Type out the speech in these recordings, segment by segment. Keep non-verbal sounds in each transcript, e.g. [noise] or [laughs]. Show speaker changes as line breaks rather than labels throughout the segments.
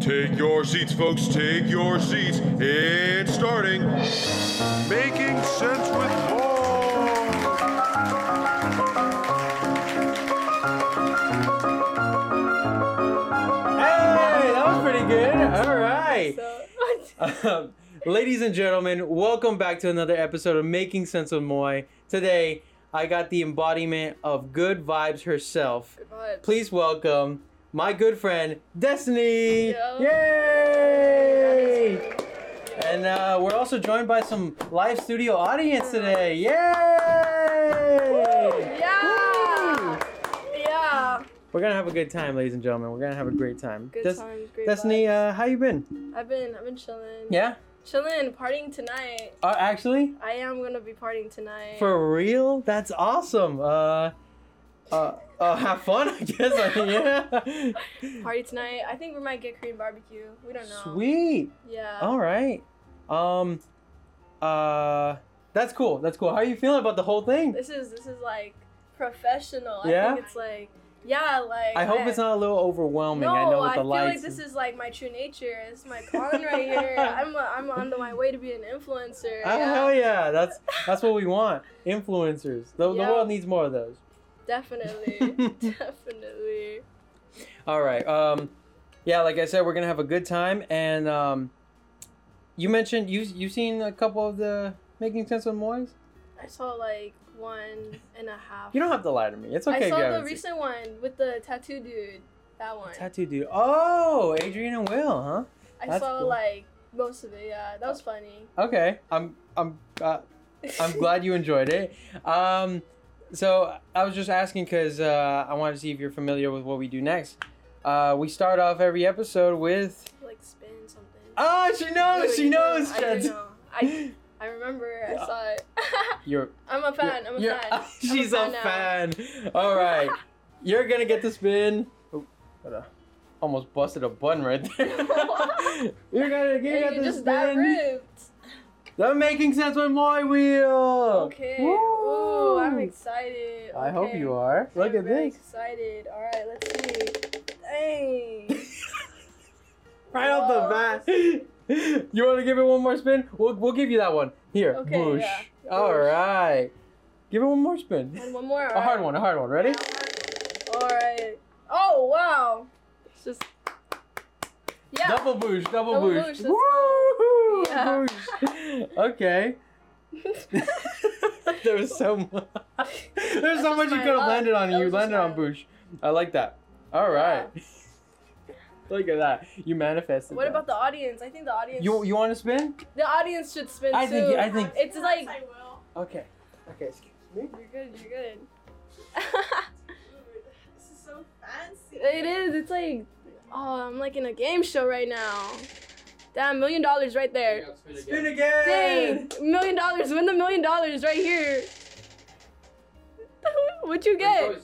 Take your seats, folks. Take your seats. It's starting. Making sense with Paul.
Hey, that was pretty good. All right.
So, [laughs] uh,
[laughs] Um, ladies and gentlemen, welcome back to another episode of Making Sense of Moy. Today, I got the embodiment of good vibes herself.
God.
Please welcome my good friend, Destiny.
Yo.
Yay! And uh, we're also joined by some live studio audience today. Yay!
Yeah.
Woo!
Yeah.
We're gonna have a good time, ladies and gentlemen. We're gonna have a great time.
Good
Des-
times, great
Destiny,
vibes.
uh, how you been?
I've been, I've been chilling.
Yeah.
Chilling, partying tonight.
Uh, actually,
I am gonna be partying tonight.
For real? That's awesome. Uh, uh, uh have fun, [laughs] I guess. I mean, yeah.
Party tonight. [laughs] I think we might get Korean barbecue. We don't know. Uh,
Sweet.
Yeah.
All right. Um, uh, that's cool. That's cool. How are you feeling about the whole thing?
This is, this is like professional.
Yeah?
I think it's like, yeah, like.
I hope it's not a little overwhelming.
No,
I know with the
feel
lights.
like this is like my true nature. It's my calling right here. I'm, i I'm on the, my way to be an influencer.
[laughs] Oh hell
[laughs]
yeah! That's that's what we want. Influencers. The, the
Yeah.
world needs more of those. [laughs]
Definitely. Definitely.
All right. Um, yeah, like I said, we're gonna have a good time. And um, you mentioned you you've seen a couple of the making sense of Moyes.
I saw like one and a half.
You don't have to lie to me. It's okay.
I
if you
saw the
haven't seen-
recent one with the tattoo dude. That one.
tattoo dude. Oh, Adrian and Will, huh?
I
that's
saw
cool.
like most of it. Yeah, that was funny.
Okay. I'm I'm uh,
[laughs]
I'm glad you enjoyed it. Um, so I was just asking because uh, I wanted to see if you're familiar with what we do next. Uh, we start off every episode with.
like spin something.
Oh, she knows.
Really
she
do.
knows.
I, do
Chad.
know. I I remember. I saw it.
[laughs]
[laughs]
You're
I'm a fan. I'm a
You're- [laughs]
fan.
She's
I'm
a
a
fan.
fan
All right. You're going to get the spin. Oh, hold on. Almost busted a button right
[laughs]
there. [laughs] you're gonna
[laughs]
get got
And you're
the
just that
spin.
ripped.
The making sense with my wheel.
Okay.
Oh. Woo.
Ooh, I'm excited.
I hope
Okay.
you are. Look
I'm
at
really
this.
Excited. All right,
[laughs]
let's see. Dang.
Right off
Whoa.
the bat. [laughs] You want to give it one more spin? We'll, we'll give you that one. Here.
Okay,
Boosh.
yeah.
All
Boosh.
right. Give it one more spin.
And one more.
A hard one, a hard one. Ready?
All right. Oh wow. It's just. Yeah.
Double boosh, double,
Double
boosh.
boosh, let's
Woo!
Yeah.
Boosh. [laughs] Okay. [laughs] there was so much. [laughs] There's
That's
so
just
much you
my
could have
luck.
landed on. and
That
You
was just
landed on
my-
Boosh. I like that. All right. [laughs] Look at that. You manifested.
[laughs] what
that.
about the audience? I think the audience.
you? You want to spin?
the audience should spin
I
too.
think- I think-
It's like
Okay. Okay. Excuse me.
you're good. You're good. [laughs]
This is so fancy.
it is. It's like, oh, I'm like in a game show right now. Damn, million dollars right there.
Spin again.
Dang, million dollars. Win the million dollars right here. [laughs] What'd you get?
Free choice.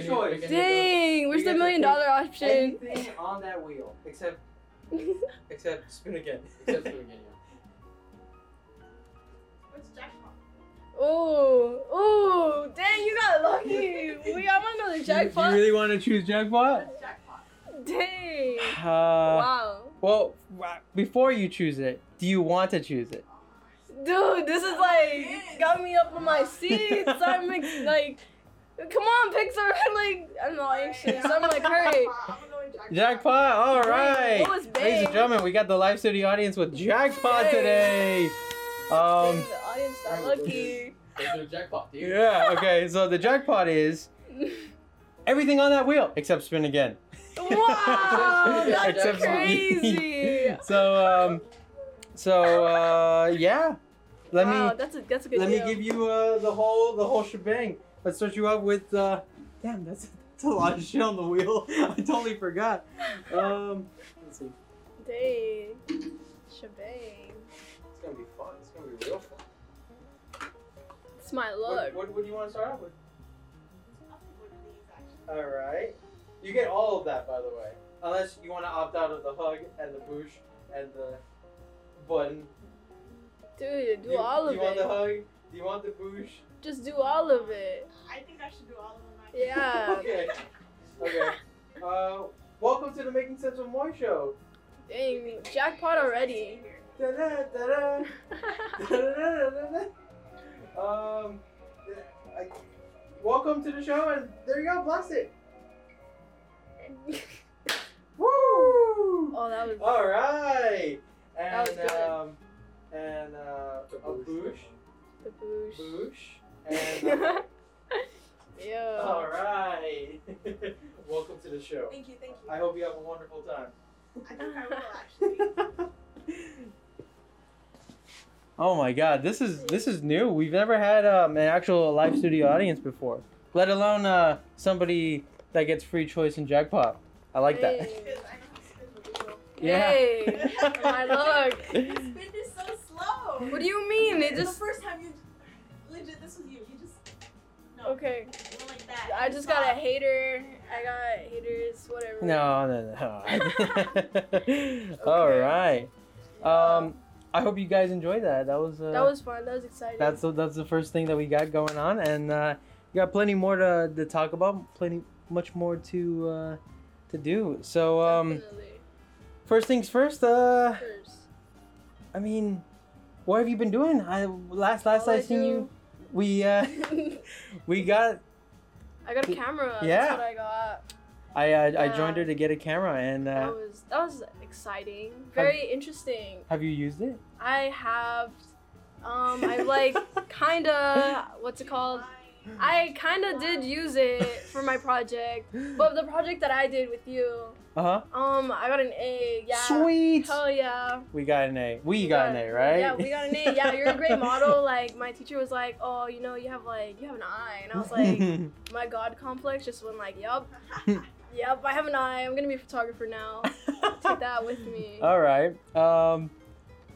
Free choice.
Dang, where's
You get
the
to
million
pick
dollar option?
Anything on that wheel except
[laughs]
[laughs] except spin again.
What's jackpot?
Oh, oh, dang, you got lucky. we got another [laughs] jackpot.
You really want to choose jackpot?
What's jackpot?
Dang.
Uh,
wow.
Well, w- before you choose it, do you want to choose
Oh
it?
Dude, this is like, got me up on my
[laughs]
seats. I'm ex- like, come on, Pixar. I'm [laughs] like, I'm all anxious. I'm like, hurry.
I'm gonna go with jackpot.
Jackpot! All right,
What was big?
ladies and gentlemen, we got the live studio audience with jackpot
Yay.
today.
Dang,
Um,
the audience got
[laughs]
lucky.
yeah. Okay, so the jackpot is everything on that wheel except spin again.
wow,
Except
that's
for me.
crazy.
[laughs] So, um, so uh, yeah. Let
wow,
me
that's a that's a good
let
deal.
me give you uh, the whole the whole shebang. Let's start you up with. Uh, damn, that's, that's a lot of shit on the wheel. [laughs] I totally forgot. Um, let's see.
Dang, shebang.
It's gonna be fun. It's gonna be real fun.
It's my
What,
look.
what, what do you want to start off with?
I'll pick one of these, actually.
All right. You get all of that, by the way. Unless you want to opt out of the hug and the boosh and the button.
Dude, do
you,
all of
you
it.
want the hug? Do you want the boosh?
Just do all of it.
I think I should do all of them. actually.
[laughs] Yeah.
Okay. Okay. uh, Welcome to the Making Sense of More show.
Dang,
[laughs]
jackpot already.
Da-da, da-da, da-da-da-da-da. um, I, welcome to the show, and there you go, bless it. Woo!
Oh, that was.
All right,
That was
and
good.
um, and uh, a boosh,
The boosh.
boosh, and
[laughs]
uh,
yeah.
all right. [laughs] welcome to the show.
Thank you, thank you.
I hope you have a wonderful time.
I think I will actually.
[laughs]
[laughs]
Oh my god, this is this is new. We've never had um, an actual live studio audience before, let alone uh, somebody that gets free choice and jackpot. I like that.
Hey.
Because I know how to spin the wheel.
Yeah.
Hey, [laughs] my luck.
The spin is so slow.
What do you mean? It
[laughs]
the
just
first time you legit this was you. You just no.
okay.
you went like that.
I
You
just got a
stopped.
hater. I got haters. Whatever.
[laughs] no, no, [laughs]
[laughs]
no. All right. Um, I hope you guys enjoyed that. That was uh,
That was fun. That was exciting.
that's the, that's the first thing that we got going on, and uh, we got plenty more to, to talk about, plenty much more to uh, to do. So um,
Definitely.
first things first. Uh,
First.
I mean, what have you been doing? I last last
All
I, seen
do-
you, we uh, we got
[laughs] I got a camera.
Yeah.
That's what I got.
I uh, I
Yeah. Oh.
joined her to get a camera, and uh,
That was that was exciting. Very interesting.
have you used it?
I have um I
[laughs]
like kinda what's it called? I kinda did use it for my project. But the project that I did with you,
Uh huh.
um, I got an A. Yeah.
Sweet.
Hell yeah.
We got an A. We got an A, right?
Yeah, we got an A. Yeah, you're a great model. Like my teacher was like, oh, you know, you have like you have an eye, and I
[laughs]
was like, my god complex just went like, yup, yup, I have an eye. I'm gonna be a photographer now.
[laughs]
Take that with me.
All right. Um,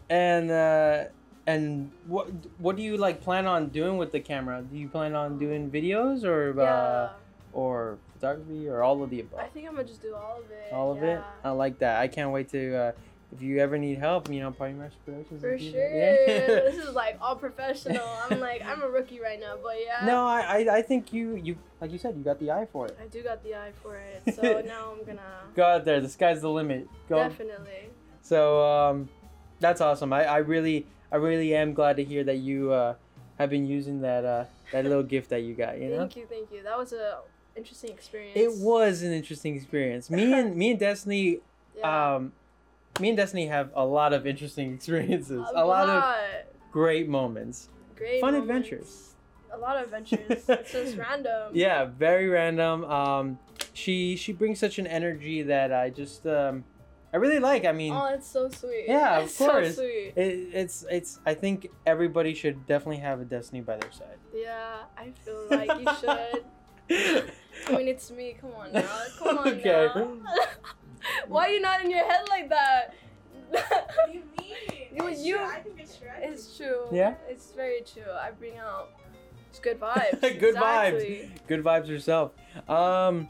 and uh, and what what do you like plan on doing with the camera? Do you plan on doing videos or
yeah,
uh, or photography or all of the above?
I think I'm gonna just do all of it.
all of it. I like that. I can't wait to. Uh, if you ever need help, you know, Party Master Productions.
For
is
sure.
here.
[laughs] this
[laughs]
is like all professional. I'm like I'm a rookie right now, but yeah.
no, I, I, I think you, you, like you said, you got the eye for it.
I do got the eye
[laughs]
for it, so now I'm gonna
Go out there. The sky's the limit. Go.
definitely.
So, um, that's awesome. I, I really, I really am glad to hear that you, uh, have been using that, uh, that little gift that you got. You know.
Thank you, thank you. That was a interesting experience.
It was an interesting experience. Me and me and Destiny, um, me and Destiny have a lot of interesting [laughs] experiences. A, lot of great moments.
great
fun
moments.
adventures.
A lot
[laughs]
of adventures. it's just random.
yeah very random um she she brings such an energy that i just um i really like i mean
Oh, it's so sweet.
Yeah, of
It's
course.
So sweet.
it, it's it's i think everybody should definitely have a destiny by their side
Yeah, I feel like you
[laughs]
should. I mean, it's me. Come on now. Come on
Okay.
now. [laughs] Why are you not in your head like that? [laughs]
What do you mean?
You-
It's
you-
true, I think it's true. I think
it's true.
Yeah?
It's very true. I bring out it's
[laughs]
good vibes.
Good vibes.
exactly.
good vibes yourself um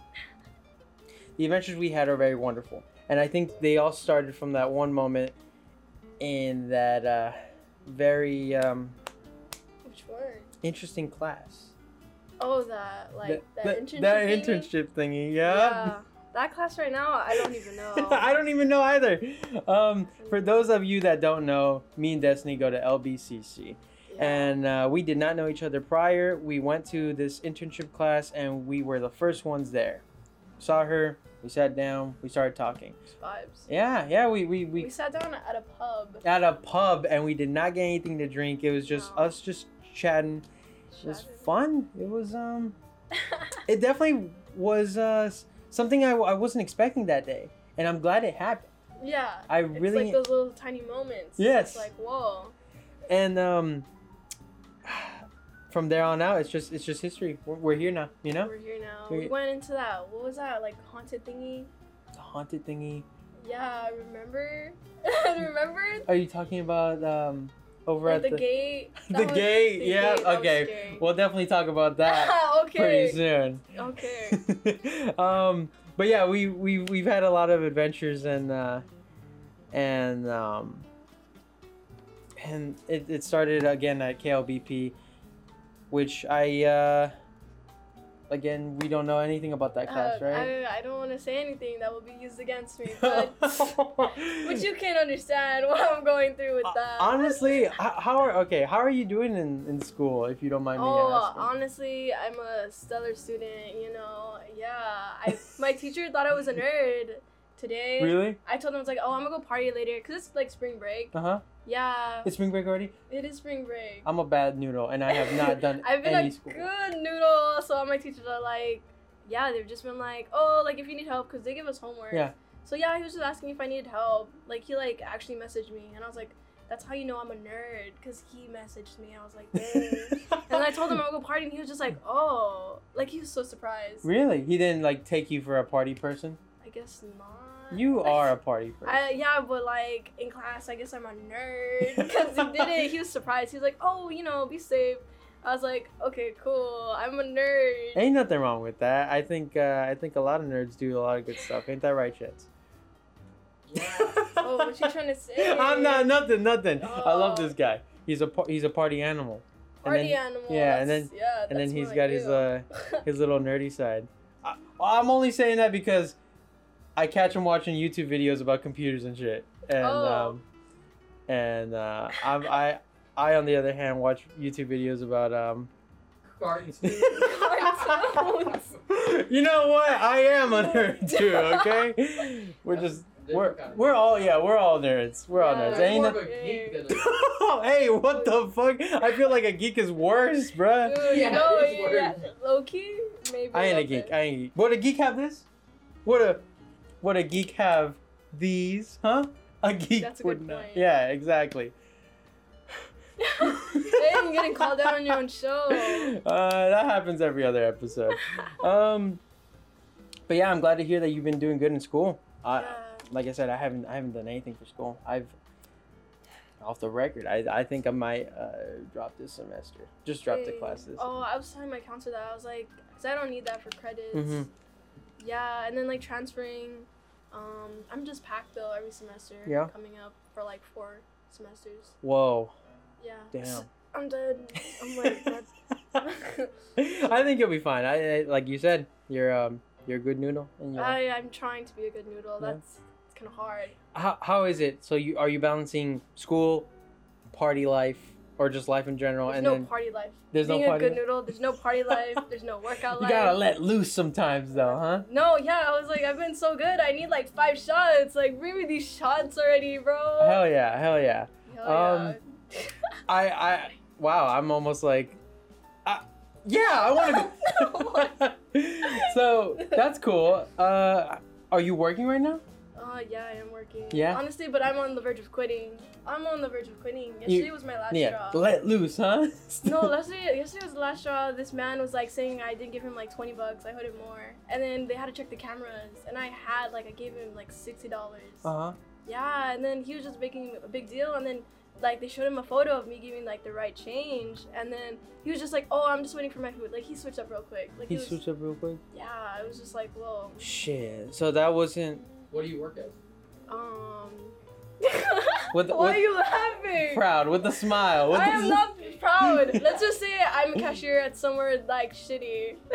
the adventures we had are very wonderful and i think they all started from that one moment in that uh very um
Which one?
interesting class
Oh, that like that, internship.
that
thingy?
internship thingy
Yeah. That class right
[laughs]
now, I don't even know. Mm.
I don't even know either. Um, for those of you that don't know, me and Destiny go to LBCC,
Yeah.
and uh, we did not know each other prior. We went to this internship class, and we were the first ones there. Saw her, we sat down, we started talking.
vibes.
Yeah, yeah, we we
We,
e-, we
sat down at a pub.
at a pub, and we did not get anything to drink. It was just
No.
us just chatting. It was fun. It was um, it definitely was uh s- something I I wasn't expecting that day, and I'm glad it happened.
[laughs] yeah.
I
It's
really
like those little tiny moments.
Yes.
It's like whoa.
and um [sighs] from there on out it's just it's just history we're, we're here now you know
We're here now.
We-
We went into that. What was that? Like haunted thingy.
the haunted thingy
Yeah, I remember. [laughs] remember.
are you talking about um over
Like
at
the,
the,
gate.
[laughs] the
That was-
gate
the
yeah
gate, that was
okay
scary.
we'll definitely talk about that pretty
[laughs] okay.
soon [laughs]
Okay.
um but yeah we we we've had a lot of adventures and uh and um and it, it started again at klbp which i uh Again, we don't know anything about that class,
Uh,
right?
I, I don't want to say anything that will be used against
[laughs]
me, but but you can't understand what I'm going through with
Uh,
that.
honestly, h- how are okay? How are you doing in, in school? If you don't mind me
Oh,
asking.
honestly, I'm a stellar student. You know, yeah. I my teacher thought I was a nerd today.
really?
I told him I was like, oh, I'm gonna go party later, cause it's like spring break.
[laughs] Uh huh.
Yeah,
It's spring break already.
it is spring break.
I'm a bad noodle, and I have not done
[laughs] I've been
any
a
school.
good noodle, so all my teachers are like, yeah, they've just been like, oh, like if you need help, cause they give us homework.
Yeah.
So yeah, he was just asking if I needed help. Like he like actually messaged me, and I was like, that's how you know I'm a nerd, cause he messaged me. I was like,
[laughs]
dang. And I told him I would go party, and he was just like, "Oh, like he was so surprised."
Really? He didn't like take you for a party person?
I guess not.
You are a party person.
[laughs] I, yeah, but like in class, I guess I'm a nerd [laughs] because he did it. He was surprised. He was like, "Oh, you know, be safe." I was like, "Okay, cool. I'm a nerd."
Ain't nothing wrong with that. I think uh, I think a lot of nerds do a lot of good stuff. Ain't that right, Chance?
[laughs]
[laughs]
Oh, what you trying to say?
I'm not nothing, nothing. I love
Oh.
this guy. He's a par- he's a party animal.
Party
and then,
animal.
yeah, and
that's- yeah,
and then
that's
he's
what I
got his
[laughs] do.
uh his little nerdy side. I, I'm only saying that because I catch him watching YouTube videos about computers and shit, and
Oh.
um, and uh, I'm, I I on the other hand watch YouTube videos about um. [laughs]
[laughs]
Cartoons.
you know what? I am a
[laughs]
nerd too. Okay, we're just we're we're all yeah we're all nerds. We're all
Yeah.
nerds. Ain't no- [laughs] hey, what the fuck? I feel like a geek is worse, bruh.
Dude,
Yeah,
no,
it is
yeah,
worse.
yeah. low key, maybe.
I ain't a
little
geek.
bit.
I ain't a geek. Would a geek have this? Would a would a geek have these? Huh? A geek
That's a
would
good
not.
point.
Yeah, exactly.
[laughs]
[laughs]
Hey, you're getting called out on your own show.
Uh, that happens every other episode.
[laughs]
Um, but yeah, I'm glad to hear that you've been doing good in school. I,
Yeah.
like I said, I haven't I haven't done anything for school. I've off the record. I, I think I might uh, drop this semester. Just dropped the
Dang.
classes.
Oh, I was telling my counselor that I was like, because I don't need that for credits.
Mhm.
Yeah, and then like transferring, um, I'm just packed though every semester.
Yeah.
Coming up for like four semesters.
Whoa,
Yeah.
damn.
[laughs] I'm dead. I'm like, dead.
[laughs]
[laughs]
I think you'll be fine. I, I like you said, you're um you're a good noodle and you are.
I I'm trying to be a good noodle.
Yeah.
That's it's kind of hard.
how, how is it? So you are you balancing school, party life, or just life in general
There's
and
no
then
party life.
there's no
Being
party
a good
life?
noodle, there's
[laughs]
no party life. There's no workout
you
life.
gotta let loose sometimes though, huh?
No, yeah, I was like, I've been so good. I need like five shots. Like, bring me these shots already, bro.
Hell yeah, hell yeah.
Hell [laughs]
um,
yeah.
I I wow, I'm almost like I, yeah, I
[laughs]
want to be [laughs] So, that's cool. Uh are you working right now?
Uh, yeah, I am working.
Yeah?
Honestly, but I'm on the verge of quitting. I'm on the verge of quitting. Yesterday was my last
yeah.
straw.
Let loose, huh? [laughs]
No, yesterday, yesterday was the last straw. This man was like saying I didn't give him like 20 bucks. I owed him more. And then they had to check the cameras. And I had like, I gave him like $60.
Uh-huh.
Yeah, and then he was just making a big deal. And then like they showed him a photo of me giving like the right change. And then he was just like, oh, I'm just waiting for my food. Like he switched up real quick. Like he,
He
was,
switched up real quick.
Yeah, I was just like, whoa.
Shit. So that wasn't
What do you work as?
Um.
[laughs] With-
Why
with-
are you laughing?
proud with a smile. With
I
the- [laughs]
am not proud. Let's just say I'm a cashier at somewhere like shitty. [laughs]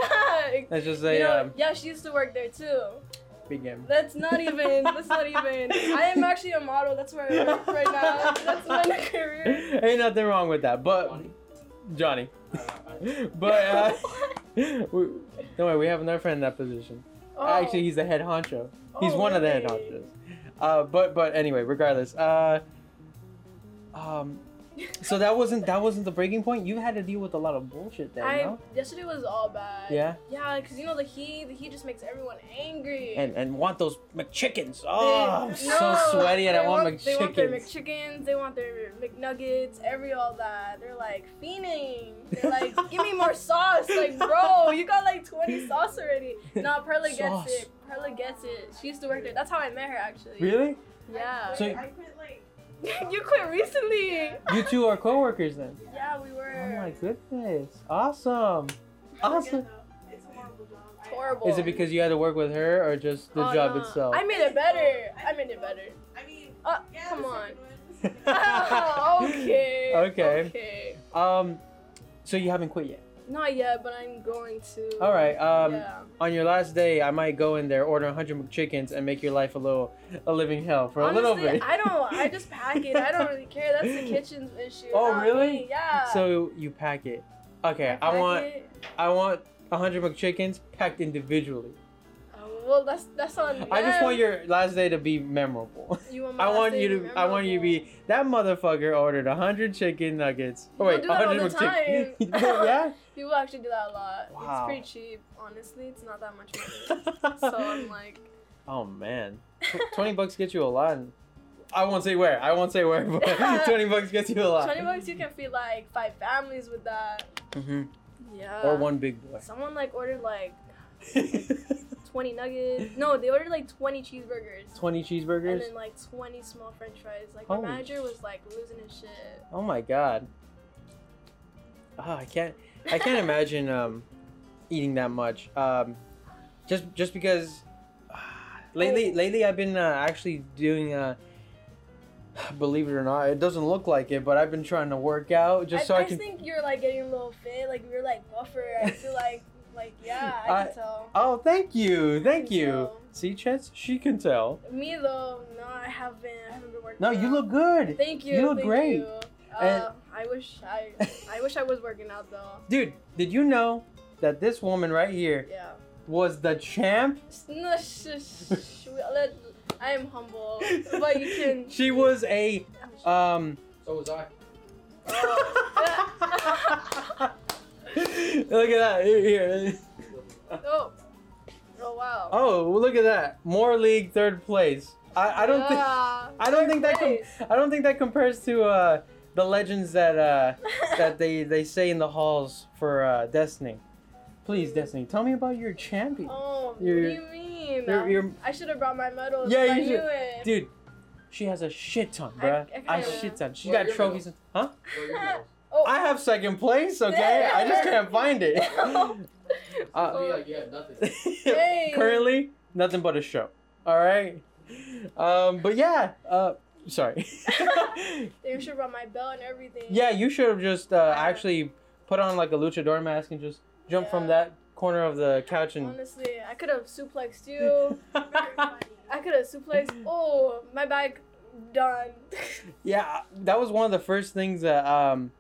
Like,
Let's just
you
say
know,
um,
yeah, she used to work there too.
big game.
That's not even. That's not even. I am actually a model. That's where I work right now. That's my [laughs] career.
Ain't nothing wrong with that, but
Funny?
Johnny. [laughs]
I don't know.
But uh, [laughs]
[laughs]
we, don't worry, we have another friend in that position.
Oh.
Actually, he's the head honcho. He's one of the head honchos. Uh, but but anyway, regardless. Uh, um, so that wasn't that wasn't the breaking point. You had to deal with a lot of bullshit there,
[laughs] I
no?
yesterday was all bad.
Yeah,
Yeah, cause you know the heat. The heat just makes everyone angry.
and and want those McChickens. Oh, I'm
They-
so
no,
sweaty, and I
they
want,
They want their
McChickens.
McChickens. They want their McNuggets. Every all that. They're like fiending.
[laughs]
They're like, give me more sauce. Like, bro, you got like 20 sauce already. No, Perla
Sauce.
gets it. Perla gets it. She used to work there. That's how I met her actually.
Really?
Yeah.
So-
I quit like
[laughs] you quit recently.
You two are coworkers then?
Yeah, we
Oh
were.
my goodness! Awesome. Awesome.
Awesome. It's a horrible job.
It's horrible.
Is it because you had to work with her, or just the
Oh,
job
no.
itself?
I made it better. I made it better.
I, I mean,
Uh,
yeah,
come
the
on.
second
[laughs]
one.
okay.
Okay.
[laughs] Okay.
Um, so you haven't quit yet.
Not yet, but I'm going to.
All right. Um,
yeah.
on your last day, I might go in there, order 100 chickens, and make your life a little, a living hell for a little
Honestly,
bit. [laughs]
I don't. I just pack it. I don't really care. That's the kitchen's issue.
Oh,
not
really?
me. Yeah.
So you pack it.
I
Okay, I,
pack
want,
it.
I want 100 McChickens packed individually.
Oh, well, that's that's on.
I just
them.
want your last day to be memorable.
You want my
I
last
want
day
you to, I want you to be that motherfucker ordered 100 chicken nuggets. Oh
People
wait,
do that all
100 [laughs]
the
McChicken.
time.
yeah.
memorable. People actually do that a lot.
Wow.
It's pretty cheap, honestly. It's not that much
[laughs]
money. [laughs] so I'm like,
Oh man, Tw- twenty
[laughs]
bucks gets you a lot. I won't say where. I won't say where, but [laughs]
[laughs]
twenty bucks gets you a lot.
twenty bucks. You can feed like five families with that.
Mhm.
Yeah.
or one big boy. [laughs]
Someone like ordered like
[laughs]
twenty nuggets. No, they ordered like twenty cheeseburgers.
twenty
and
cheeseburgers.
then like 20 small french fries. Like,
Holy
my manager was like losing his shit.
oh my god. Ah, I can't. I
[laughs]
can't imagine um, eating that much. Um, just just because [sighs] ah, lately lately I've been uh, actually doing. Uh, [sighs] believe it or not, it doesn't look like it, but I've been trying to work out just
I,
so I,
I
can.
just think you're like getting a little fit. Like, you're like buffer. I
[laughs]
feel like, like, yeah, I,
I-
can tell.
Oh, thank you, thank
can
you.
tell.
See, Chance, she can tell.
Me though, no, I haven't. I haven't been working.
No, you
out.
look good,
Thank you.
you look
thank
great.
you. Uh,
And-
I wish I,
[laughs]
I wish I was working out though.
dude. Did you know that this woman right here [laughs]
Yeah.
was the champ?
S- no, sh- sh- sh- let- I am humble, but you can.
[laughs] She was a um.
So was I.
look at that here. here.
Oh. Oh wow.
Oh, well, look at that. More league third place. I, I don't think
yeah.
I don't think that com-
Third
I don't think that compares to uh the legends that uh
place.
[laughs] that they they say in the halls for uh Destiny. Please,
Mm.
Destiny, tell me about your champion.
[laughs] Oh,
You're-
what do you mean?
Your, your
I should have brought my medals.
Yeah,
Yeah,
you
you I
should-
knew it.
Dude, she has a shit ton,
I-
bruh.
I
I,
kinda-
shit ton. She's
Well,
got
you're
trophies. And, huh? [laughs]
Where are your medals?
oh.
I
[laughs]
have second place, okay? I just can't find it.
To
Uh,
me, like, you have nothing.
Hey.
[laughs] currently, nothing but a show. All right. Um, but yeah. Uh, sorry. [laughs]
They should have brought my belt and everything.
yeah, you should have just uh,
I-
actually put on like a luchador mask and just jump from
Yeah.
that corner of the couch and. [laughs]
Honestly, I could have suplexed you. I could have suplexed.
[laughs]
Oh, my back. Done.
Yeah, that was one of the first things that um.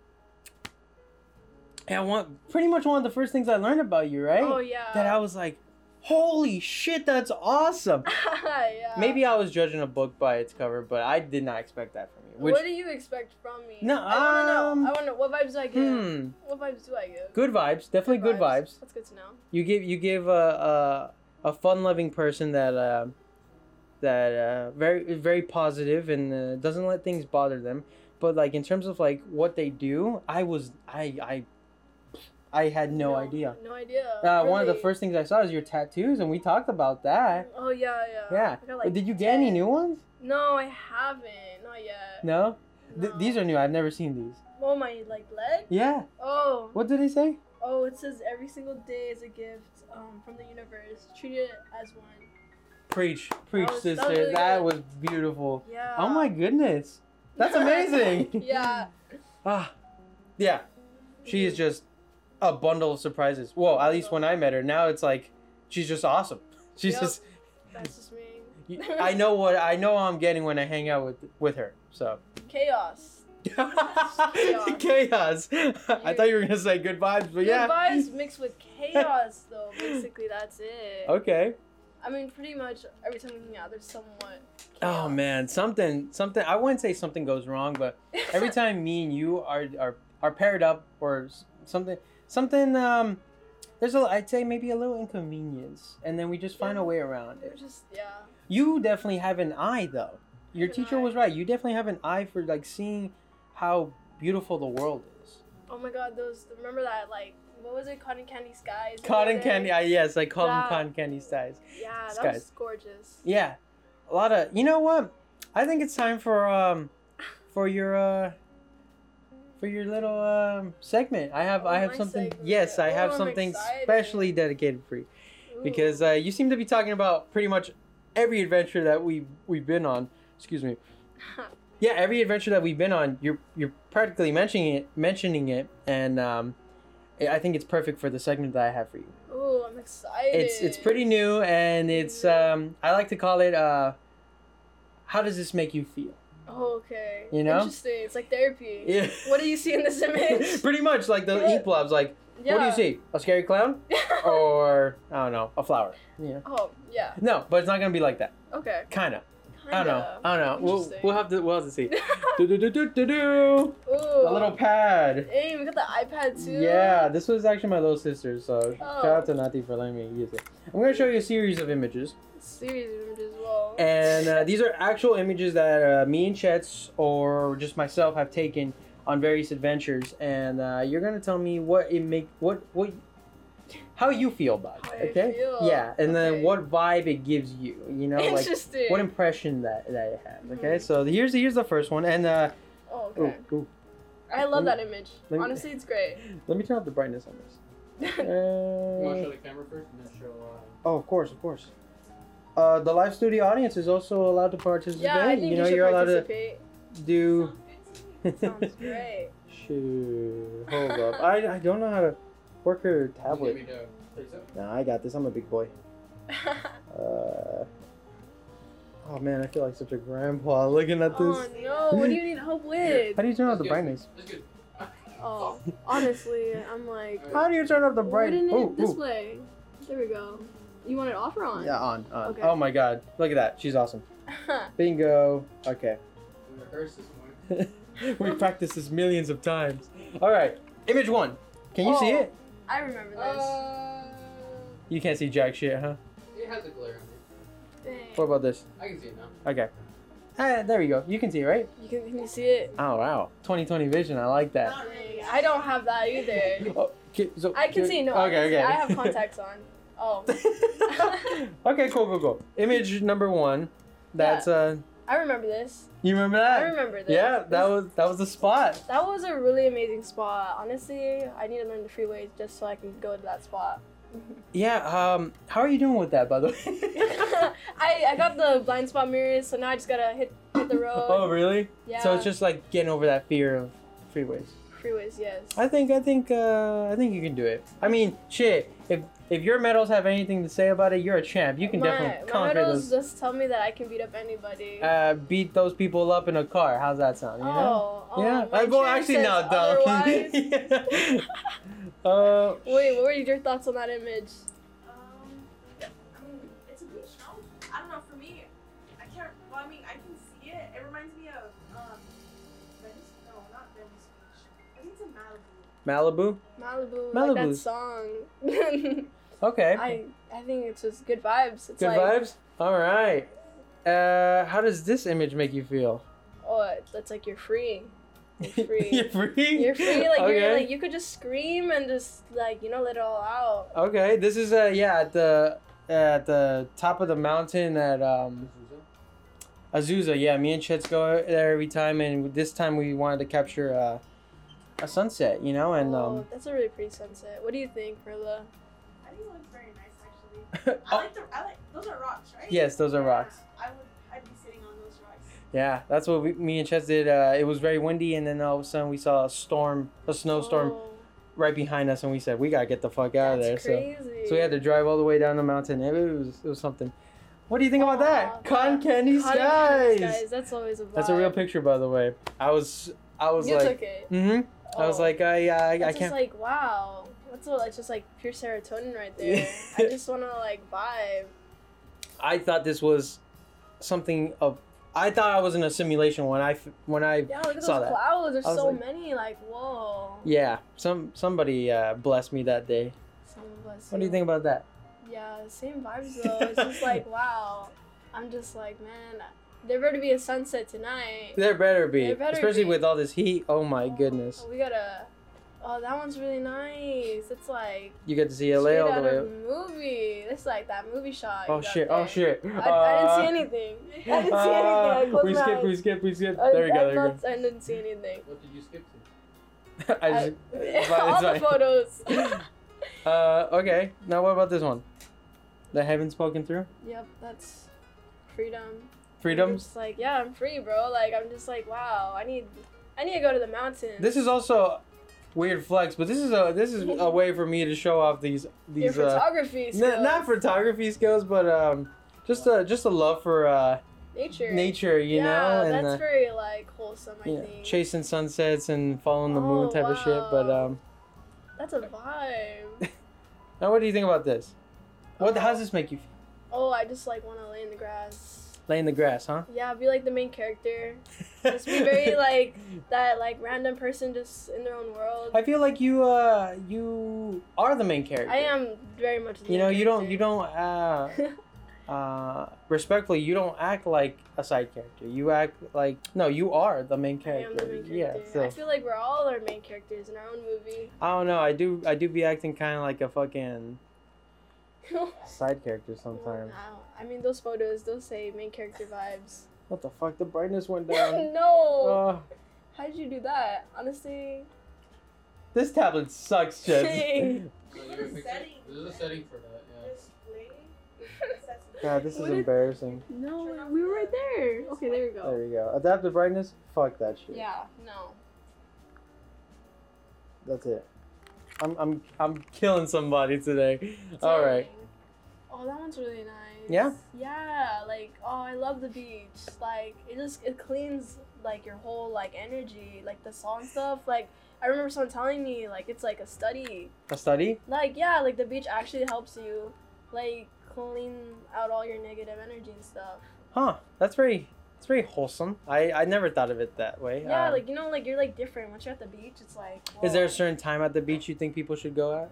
Yeah, one pretty much one of the first things I learned about you, right?
Oh yeah.
that I was like, holy shit, that's awesome.
[laughs] yeah.
Maybe I was judging a book by its cover, but I did not expect that from you. Which,
what do you expect from me?
No,
I wanna
um,
know. I wanna know what vibes do I get.
hmm,
What vibes do I get?
good vibes, definitely good vibes.
That's good to know.
You give you give a a, a fun loving person that uh, that uh, very very positive and uh, doesn't let things bother them. But like in terms of like what they do, I was I I I had no, idea.
No idea.
Uh, One of the
really.
first things I saw is your tattoos, and we talked about that.
Oh yeah, yeah.
Yeah.
I got, like,
Did you get any
10.
new ones?
No, I haven't. Not yet.
No. Th-
No.
these are new. I've never seen these.
Oh my like leg?
Yeah.
Oh.
What do they say?
Oh, it says every single day is a gift um, from the universe. Treat it as one.
Preach, preach,
That was- that was
sister.
really
that
good.
was beautiful.
Yeah.
oh my goodness, that's amazing.
[laughs] yeah.
Ah, yeah. She is just a bundle of surprises. Well, at least when I met her. Now it's like she's just awesome. [laughs] She's
Yep.
just.
That's just me. [laughs]
I know what I know. I'm getting when I hang out with with her.
[laughs]
So [laughs]
Chaos.
chaos. I thought you were gonna say good vibes, but
Good
yeah. [laughs]
vibes mixed with chaos, though. Basically, that's it.
Okay.
I mean, pretty much every time we hang out, there's somewhat.
Oh
[laughs]
man, something, something. I wouldn't say something goes wrong, but
[laughs]
every time me and you are are are paired up or s- something something um there's a i'd say maybe a little inconvenience and then we just find a way around
We're
it
just yeah.
you definitely have an eye though your
An
teacher
eye.
was right you definitely have an eye for like seeing how beautiful the world is
Oh my God, those. Remember that like what was it? Cotton candy skies. the
cotton
other day?
candy uh, yes i call them
Yeah.
cotton candy styles
Yeah, that
Skies.
was gorgeous.
yeah a lot of you know what i think it's time for um for your uh for your little um segment i have
Oh,
i have
my
something
segment.
yes i
Oh,
have
I'm
something
excited.
specially dedicated for you
Ooh.
because uh, you seem to be talking about pretty much every adventure that we we've been on. Excuse me. Yeah, every adventure that we've been on, you're you're practically mentioning it, mentioning it, and um, I I think it's perfect for the segment that I have for you.
[laughs] Ooh, I'm excited.
It's it's pretty new and it's um I like to call it uh how does this make you feel?
Oh, okay.
You know?
Interesting. It's like therapy.
Yeah.
What do you see in this
[laughs]
image?
Pretty much like the
Yeah.
e blobs like
yeah.
what do you see? Oh. A scary clown
[laughs]
or I don't know, a flower. Yeah.
oh, yeah.
No, but it's not going to be like that.
Okay.
Kind of. I don't know. I don't know. We'll,
Interesting.
we'll have to we'll have to
[laughs]
see.
Ooh.
do, do, do, do, do, do. A little pad.
Hey, we got the iPad too.
Yeah, this was actually my little sister, so shout
Oh.
out to Nati for letting me use it. I'm gonna show you a series of images,
Series images as well.
and uh, these are actual images that uh, me and Chet's or just myself have taken on various adventures, and uh, you're gonna tell me what it make what what how you feel about
How
it,
I
okay?
feel.
Yeah, and
Okay.
then what vibe it gives you, you know, like
Interesting.
what impression that that it has. Okay,
Mhm.
so here's here's the first one, and uh,
oh, okay.
ooh, ooh,
I love that image.
let me-
Honestly, it's great.
let me turn up the brightness on
[laughs]
this.
You want to
Uh,
show the camera first and then show. Uh,
oh, of course, of course. Uh, the live studio audience is also allowed to participate.
yeah, I think
you
you,
know,
should
are allowed to
participate.
do.
Um,
[laughs]
Sounds great.
Shoot, hold up. I, I don't know how to work her
give me
tablet.
the- please, uh,
Nah, I got this. I'm a big boy. Uh, oh man, I feel like such a grandpa [laughs] looking at this.
[laughs] oh no, what do you need help
[laughs]
with?
How do you turn up the
Yes.
brightness?
That's good. [laughs]
Oh, honestly, I'm like,
How do you turn up the
why
brightness?
didn't it this way? There we go. You want it off or on?
Yeah, on, on.
Okay.
Oh my god, look at that. She's awesome. Bingo. Okay. [laughs]
We rehearsed this morning.
we practiced this millions of times. All right, image one. Can you see
Oh.
it?
[laughs] I remember this.
Uh,
You can't see jack shit, huh?
it has a glare on it.
Dang.
What about this?
I can see it now.
Okay. Ah, there we go. You can see it, right?
You can, can you see it?
Oh wow, 2020 vision. I like that.
Not really.
I don't have that either.
Oh, ki- so-
I can see no. I can see- I
[laughs]
have contacts on. Oh,
okay, cool, cool, cool. Image number one. That's uh,
I remember this.
you remember
I
that?
remember this.
Yeah, that
This-
was that was the spot.
that was a really amazing spot. Honestly, I need to learn the freeways just so I can go to that spot.
Yeah. Um, how are you doing with that, by the way?
[laughs] I I got the blind spot mirrors, so now I just gotta hit hit the road.
oh, really?
Yeah.
So it's just like getting over that fear of freeways.
freeways. Yes.
I think I think uh, I think you can do it. I mean, shit. If if your medals have anything to say about it, you're a champ. You can
my
definitely
my
conquer
medals
those.
just tell me that I can beat up anybody.
Uh, beat those people up in a car. How's that sound? You know?
Oh, oh,
yeah.
my
Uh, well,
chair
actually,
says
no,
otherwise.
[laughs] dumb. [laughs] uh,
Wait, what were your thoughts on that image?
Um, I mean, it's a beach, no? I don't know. For me, I can't. Well, I mean, I can see it. It reminds me of um, Venice. No, not Venice Beach. I think it's in Malibu.
Malibu.
Malibu, like
Malibu.
that song.
[laughs] Okay.
I I think it's just good vibes. It's
Good
like,
vibes. All right. Uh, how does this image make you feel?
Oh, it's- it's like you're free.
[laughs]
You're free.
you're free.
You're free. Like
okay.
you're like you could just scream and just like you know let it all out.
Okay. This is uh yeah at the at the top of the mountain at um Azusa, yeah, me and Chet's go there every time, and this time we wanted to capture uh, a sunset, you know, and
oh,
um,
that's a really pretty sunset. What do you think, Perla?
I think it looks very nice, actually. I
[laughs] oh,
like the. I like those are rocks, right?
yes, those are
Yeah,
rocks.
I would. I'd be sitting on those rocks.
Yeah, that's what we, me and Chet did. Uh, it was very windy, and then all of a sudden we saw a storm, a snowstorm
Oh,
right behind us, and we said we gotta get the fuck out of there.
that's crazy.
So, so we had to drive all the way down the mountain. It was it was something. What do you think about that?
Aw,
Con candy
Oh, Cotton
skies.
skies. That's always a vibe.
That's a real picture, by the way. I was I was
You
like,
took it.
mm-hmm. I was
Oh.
like, I I, I
It's
can't.
just like wow. That's all. It's just like pure serotonin right there. I just wanna like vibe.
I thought this was something of. I thought I was in a simulation when I f- when I
Yeah, look at
Saw
those
that.
clouds. There's
I was
so
like-
many. Like whoa.
yeah some somebody uh, blessed me that day.
Some of us.
What do you think about that?
Yeah, same
[laughs]
vibes though. It's just like wow. I'm just like man, there better be a sunset tonight.
There better be,
There better
especially
be.
with all this heat. Oh my goodness,
We gotta. Oh, that one's really nice. It's like
you get to see LA
straight
all the
out
way.
of
up.
a movie. It's like that movie shot. you
Oh
got
shit!
there.
Oh shit! Uh,
I, I didn't see anything. [laughs] I didn't see anything. I closed
we
my
skip, we
eyes.
skip, we skip.
I-
There we
I
go, there we
thought- I didn't see anything.
What did you skip
go.
to?
[laughs] I
[laughs] I-
just, it's fine,
all
it's
the
fine.
photos.
[laughs]
[laughs]
Uh, okay, now what about this one? The heaven spoken through?
yep, that's freedom. I'm
Freedoms?
just like, yeah, I'm free, bro. Like, I'm just like, wow, I need, I need to go to the mountains.
This is also weird flex, but this is a this is a way for me to show off these
Your
these uh,
photography
n- not
skills.
photography skills, but um just a just a love for uh
nature.
nature, you
yeah,
know, and
that's
uh,
very like wholesome. I
yeah,
think
chasing sunsets and following the
Oh,
moon type of shit. But
wow.
um,
that's a vibe.
now what do you think about this? What
Uh,
how does this make you feel?
oh, I just like want to lay in the grass.
Lay in the grass, huh?
Yeah, be like the main character. Just be very
[laughs]
like that, like random person just in their own world.
I feel like you uh you are the main character.
I am very much. The
You know,
main
you don't you
character.
don't
[laughs]
uh [laughs] uh respectfully, you don't act like a side character. You act like no, you are the main
I am
character.
the main character.
yeah, so
I feel like we're all our main characters in our own movie. [laughs]
I don't know. I do I do be acting kind of like a fucking side character sometimes.
Wow. I mean, those photos, those say main character vibes.
[laughs]
[laughs]
What the fuck? The brightness went down.
no!
oh,
How did you do that? Honestly,
this tablet sucks, Jess.
[laughs] Shame.
So you can
There's a
fix
setting.
it. There's a setting for that. Yeah.
Display.
God, this is
What is-
embarrassing.
no, [laughs] we were right there. Okay, there we go.
There we go. Adaptive brightness. Fuck that shit.
Yeah, no.
That's it. I'm I'm I'm killing somebody today. All right.
Dang. Oh, that one's really nice.
Yeah?
Yeah, like oh, I love the beach. Like it just it cleans like your whole like energy, like the salt and stuff. Like I remember someone telling me like it's like a study.
A study?
Like yeah, like the beach actually helps you like clean out all your negative energy and stuff.
Huh. That's very that's very wholesome. I I never thought of it that way.
Yeah,
Um,
like you know, like you're like different once you're at the beach. It's like
Is there
whoa.
a certain time at the beach you think people should go at?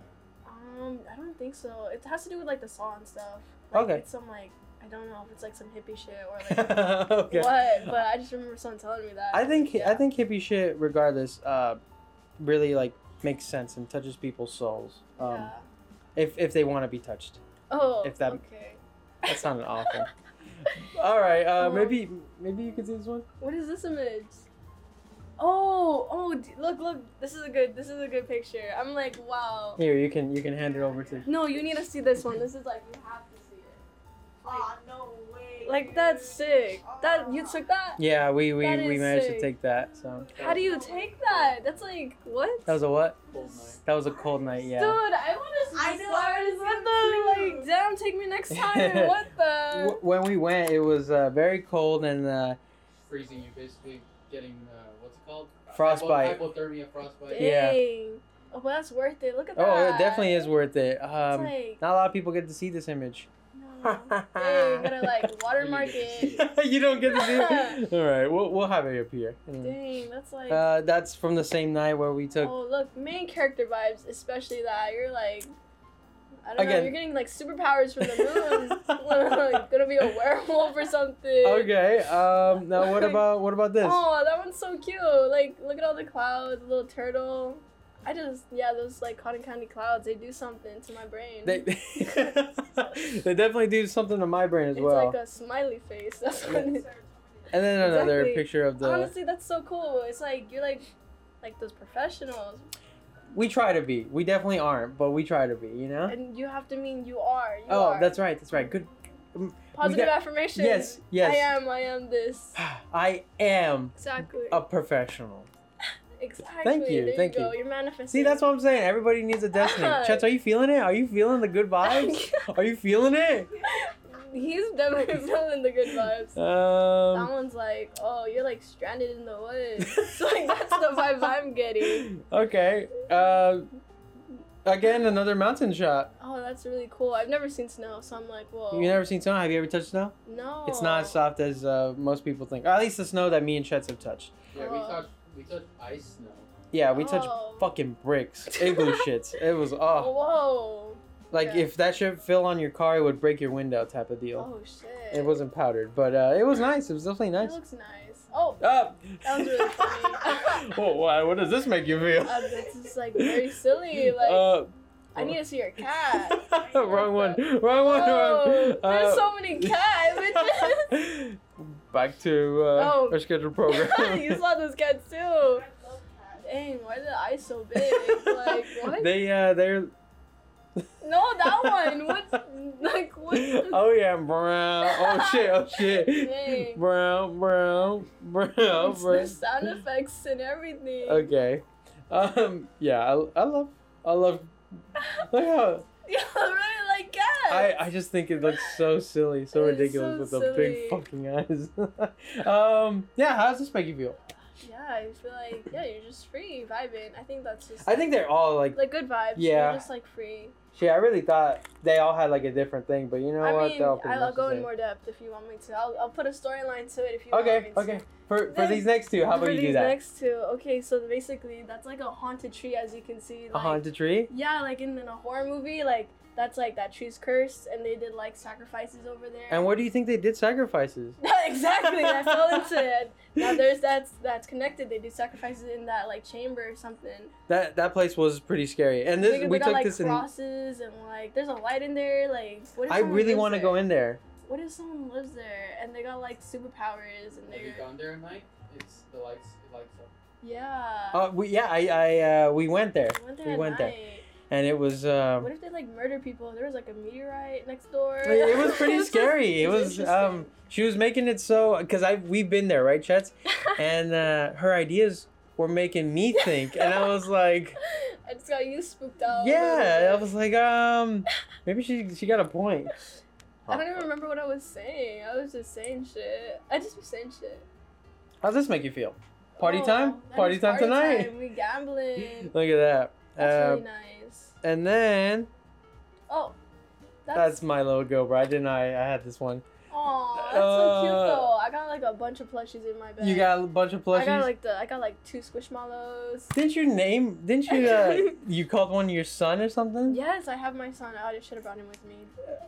Um, I don't think so. It has to do with like the salt and stuff. Like,
Okay.
It's some like I don't know if it's like some hippie shit or
[laughs]
like
okay.
what, but I just remember someone telling me that.
I think
Yeah.
I think hippie shit, regardless, uh, really like makes sense and touches people's souls. Um,
Yeah.
if if they want to be touched.
Oh.
if that-
Okay.
That sounded awful. [laughs] All right. Uh,
Um,
maybe maybe you could do this one.
What is this image? Oh, oh, d- look, look. This is a good. This is a good picture. I'm like, wow.
Here, you can you can hand it over to.
No, you need to see this one. This is like,
You have to see it. Aw, ah, no way. Ah.
like that's sick. That you took that.
Yeah, we we,
That
we
is
managed to
sick.
take that. So
How do you take that? That's like what?
that was a what?
Cold night.
That was a cold night.
Dude,
Yeah.
I want to.
I know, I
What the?
wanna
Like,
see
damn, take me
[laughs]
next time. what the?
W- When we went, it was uh, very cold and uh,
Freezing. You're basically getting uh, what's it called?
Frostbite.
Hypo- hypothermia, frostbite.
Yeah.
Dang. Oh, but that's worth it. Look at that.
oh, it definitely is worth it.
It's
Um,
like,
not a lot of people get to see this image.
no. [laughs] Hey,
Uh-huh.
you gotta like watermark it.
[laughs] you don't get to see it. [laughs] All right, we'll we'll have it up here. Mm.
Dang, that's like.
Uh, that's from the same night where we took.
oh, look, main character vibes, especially that. You're like. I don't know.
Again.
You're getting like superpowers
[laughs]
from the moon. [laughs] like, gonna be a werewolf or something.
Okay. Um. Now what about what about this?
Oh, that one's so cute. Like, look at all the clouds, the little turtle. I just, yeah, those like Cotton County clouds, they do something to my brain.
They [laughs] they definitely do something to my brain as
it's
well.
like a smiley face. [laughs] That's what it is. [laughs]
and then another
Exactly.
picture of the.
Honestly, that's so cool. It's like you're like, like those professionals,
we try to be. We definitely aren't, but we try to be. You know.
and you have to mean you are. You
oh,
are.
that's right. That's right. Good.
positive
got-
affirmation.
Yes. Yes.
I am. I am this.
[sighs] I am
Exactly.
a professional.
exactly.
you,
There
Oh, thank
you. Go.
you.
You're manifesting.
See, that's what I'm saying. Everybody needs a destiny. Chet, are you feeling it? Are you feeling the
[laughs]
good vibes? Are you feeling it?
[laughs] He's
[laughs]
definitely feeling the good vibes. that
Um.
one's like, oh, you're like stranded in the woods. [laughs] so like that's the vibe
[laughs]
I'm getting.
Okay. Um. Again, another mountain shot.
Oh, that's really cool. I've never seen snow, so I'm like, whoa.
You never seen snow? Have you ever touched snow?
no.
It's not as soft as uh, most people think. Or at least the snow that me and Chet's have touched.
Yeah, we
Oh.
touched we touched ice snow.
Yeah, we touched
Oh.
fucking bricks,
[laughs]
igloo shits. It was oh,
Whoa.
like
yeah.
if that shit fell on your car, it would break your window type of deal.
Oh shit.
It wasn't powdered, but uh, it was nice. It was definitely
That
nice.
looks nice. Oh,
Up.
That was
[laughs]
really funny.
Whoa, why? What does this make you feel?
uh, this is like very silly. Like
Uh,
I need to see
[laughs]
your cat.
wrong
[laughs]
one. Wrong one.
Whoa,
wrong.
there's
Uh,
so many cat
[laughs]
images.
Back to uh,
Oh.
our scheduled program.
[laughs] you saw those cats too.
I love cats.
Dang, why are the eyes so big?
[laughs]
Like what?
They uh, they're
no, that one. What?
[laughs]
Like what?
oh yeah, brown.
[laughs]
Oh shit, oh
Dang.
shit. Brown, brown, brown,
It's the
brown.
sound effects and
[laughs]
everything.
Okay. Um, yeah, I, I love, I love.
[laughs]
Look how
[laughs] Yeah, right, like yes.
I, I just think it looks so silly, so
It is
ridiculous
so
with the big
silly.
fucking eyes. [laughs] um, yeah, how does this make you feel?
yeah, I feel like yeah, you're just free vibing. I think that's just
I think they're all like,
like good vibes.
Yeah.
you're just like free.
shit. I really thought they all had like a different thing, but you know
I
what?
mean,
They're all pretty
I'll
much
go
the
in
same.
more depth if you want me to. I'll, I'll put a storyline to it if you
Okay,
want me to.
okay. For for
Then-
these next two, how
For
about you do
these
that?
Next two. Okay, so basically that's like a haunted tree, as you can see.
a
Like,
haunted tree.
Yeah, like in, in a horror movie, like that's like that tree's cursed, and they did like sacrifices over there.
And
[laughs]
what do you think they did sacrifices?
exactly, I fell into it. Now there's that's that's connected. They do sacrifices in that like chamber or something.
That that place was pretty scary. And
They-
this
they
we
got,
took
like,
this in.
crosses and like there's a light in there. Like what if
I really want to go in there.
What if someone lives there and they got like superpowers and
Have you
they're
gone there at night? It's the lights. It lights up.
yeah.
Uh, we, yeah, I, I uh, we went there,
We went there.
we
at
went there.
night.
and it was um,
What if they like murder people? There was like a meteorite next door.
it it was pretty
just-
scary. It
[laughs] it
was um,
interesting.
she was making it so because I we've been there, right, Chets? And uh, her ideas were making me think, and I was like,
I just got you spooked out. a
yeah, I
little bit.
was like, um, maybe she she got a point.
I don't even remember what I was saying. I was just saying shit. I just was saying shit.
How's this make you feel? Party
Oh,
time?
that
Party
is
time tonight?
time. We gambling.
[laughs] Look at that.
That's
Uh,
really nice.
And then
Oh,
that's
that's
my logo, bro. I didn't. I, I had this one.
oh, that's so cute
uh,
though. I got like a bunch of plushies in my bag.
You got a bunch of plushies.
I got like the I got like two squishmallows.
Didn't you name? Didn't you?
[laughs]
Uh, you called one your son or something?
Yes, I have my son. I already should have brought him with me.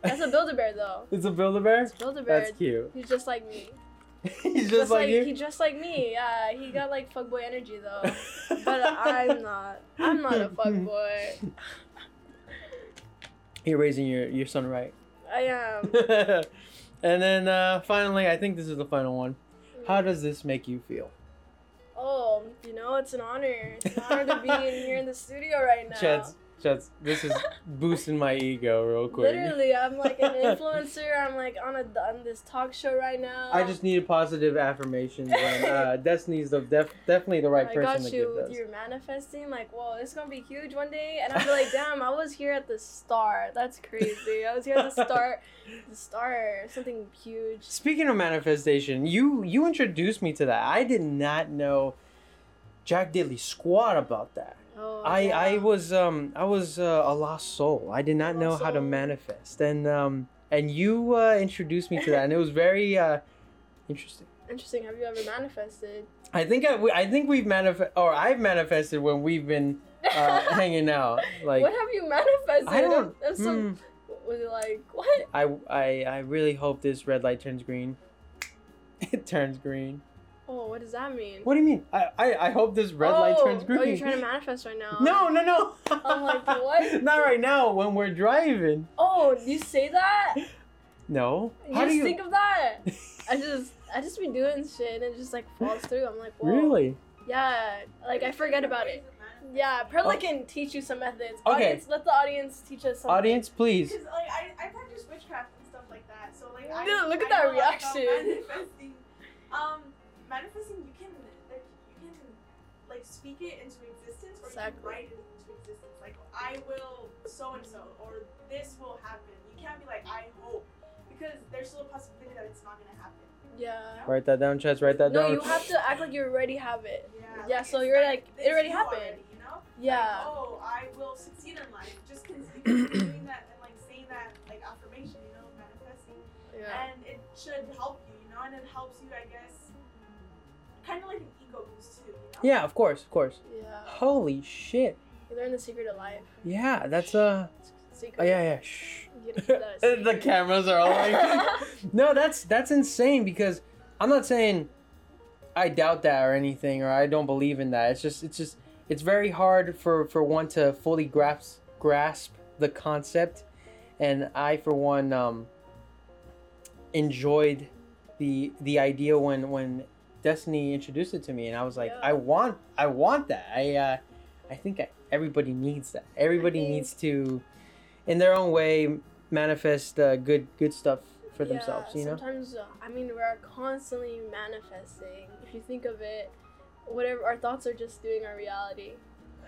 That's a build a bear though.
[laughs] It's a build a bear.
Build a bear.
That's cute. [laughs]
He's just like me.
He's just, like,
he
[laughs] you.
just like me. Yeah, he got like fuckboy energy
[laughs]
though. but I'm not. I'm not a fuckboy.
You're raising your your son right. [laughs]
I am.
and then uh, finally, I think this is the final one. How does this make you feel?
Oh, you know, it's an honor. It's an honor to be
[laughs]
in here in the studio right now.
Chad's, Chad's, this
[laughs]
is boosting my ego real quick.
Literally, I'm
[laughs]
like an influencer. I'm like on a on this talk show right now.
I just needed positive affirmations. And,
[laughs]
uh, Destiny's the def- definitely the right
I
person
got
to
you
give
with
this.
your manifesting. Like, whoa, it's gonna be huge one day. And I'll be
[laughs]
like, damn, I was here at the start. That's crazy. I was here at the start. The start, something huge.
Speaking of manifestation, you you introduced me to that. I did not know Jack Daly squat about that.
Oh,
I
yeah.
I was um I was uh, a lost soul. I did not know
Lost
how to
soul.
manifest, and um and you uh, introduced me to that, and it was very uh, interesting.
interesting. Have you ever manifested?
I think I, we- I think we've manifest or I've manifested when we've been
[laughs]
uh, [laughs] hanging out. Like
what have you manifested?
I don't.
I'm- I'm so-
mm,
Was it like what?
I, I I really hope this red light turns green. [laughs] It turns green.
Oh, what does that mean?
What do you mean? I I, I hope this red light
Oh,
turns green.
Oh,
[laughs]
you're trying to manifest right now.
no, no, no.
I'm like,
[laughs]
what?
Not right now when we're driving.
Oh, you say that?
No.
You
How
just
do you
think
[laughs]
of that? I just, I just be doing shit and it just like falls through. I'm like, whoa.
Really?
Yeah. Like I forget about it. Yeah, Perla can teach you some methods.
Okay.
Audience, let the audience teach us something.
Audience, please.
Because like I, I practice witchcraft and stuff like that. So like I
Dude, look
I
at that
know a lot about
reaction.
[laughs] Manifesting, um, manifesting you can like you can like speak it into existence or
Exactly.
you can write it into existence. Like I will so and so or this will happen. You can't be like I hope because there's still a possibility that it's not gonna happen.
Yeah.
Write that down, Chess. Write that
No,
down.
you have to act like you already have it.
Yeah.
Yeah, so
it's
you're like, it
it's
already
you
happened.
you know?
Yeah.
Like, oh, I will succeed in life. Just continue doing that and like saying that like affirmation. You know, manifesting.
Yeah.
and it should help you, you know, and it helps you, I guess, kind of like an ego boost too. You know?
yeah, of course, of course.
Yeah.
Holy shit.
You learn the secret of life.
Yeah, that's uh.
Secret.
Oh yeah, yeah. Shh.
You gotta
[laughs]
keep that a
the
secret.
cameras are all like.
[laughs]
[laughs] No, that's that's insane because I'm not saying I doubt that or anything or I don't believe in that. It's just it's just it's very hard for for one to fully grasp grasp the concept, and I for one um enjoyed the the idea when when Destiny introduced it to me and I was like
Yeah.
I want I want that I uh, I think I, everybody needs that everybody
think-
needs to in their own way manifest uh, good good stuff for themselves you know
Sometimes uh, I mean we're constantly manifesting. If you think of it, whatever our thoughts are just doing our reality.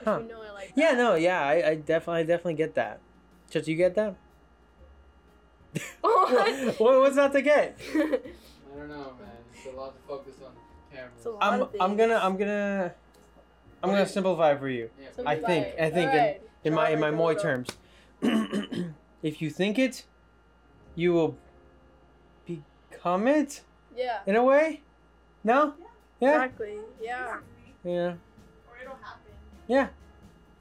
Huh.
if you know it like
Yeah,
that.
no, yeah, I, I definitely, I definitely get that. Just you get that?
[laughs] [laughs] What?
what, what's not to get?
I don't know, man. It's a lot to focus on the camera.
It's a lot.
I'm,
of
I'm gonna,
things.
I'm gonna, I'm gonna
Okay.
simplify for you
Yeah.
[laughs] So
I
be
think-
like,
I think
alright,
in my in my
Charlie
Moy
Dodo.
terms. [clears throat] if you think it, you will become it
Yeah.
in a way. No. Yeah.
Exactly. Yeah.
Yeah.
Or it'll happen.
Yeah.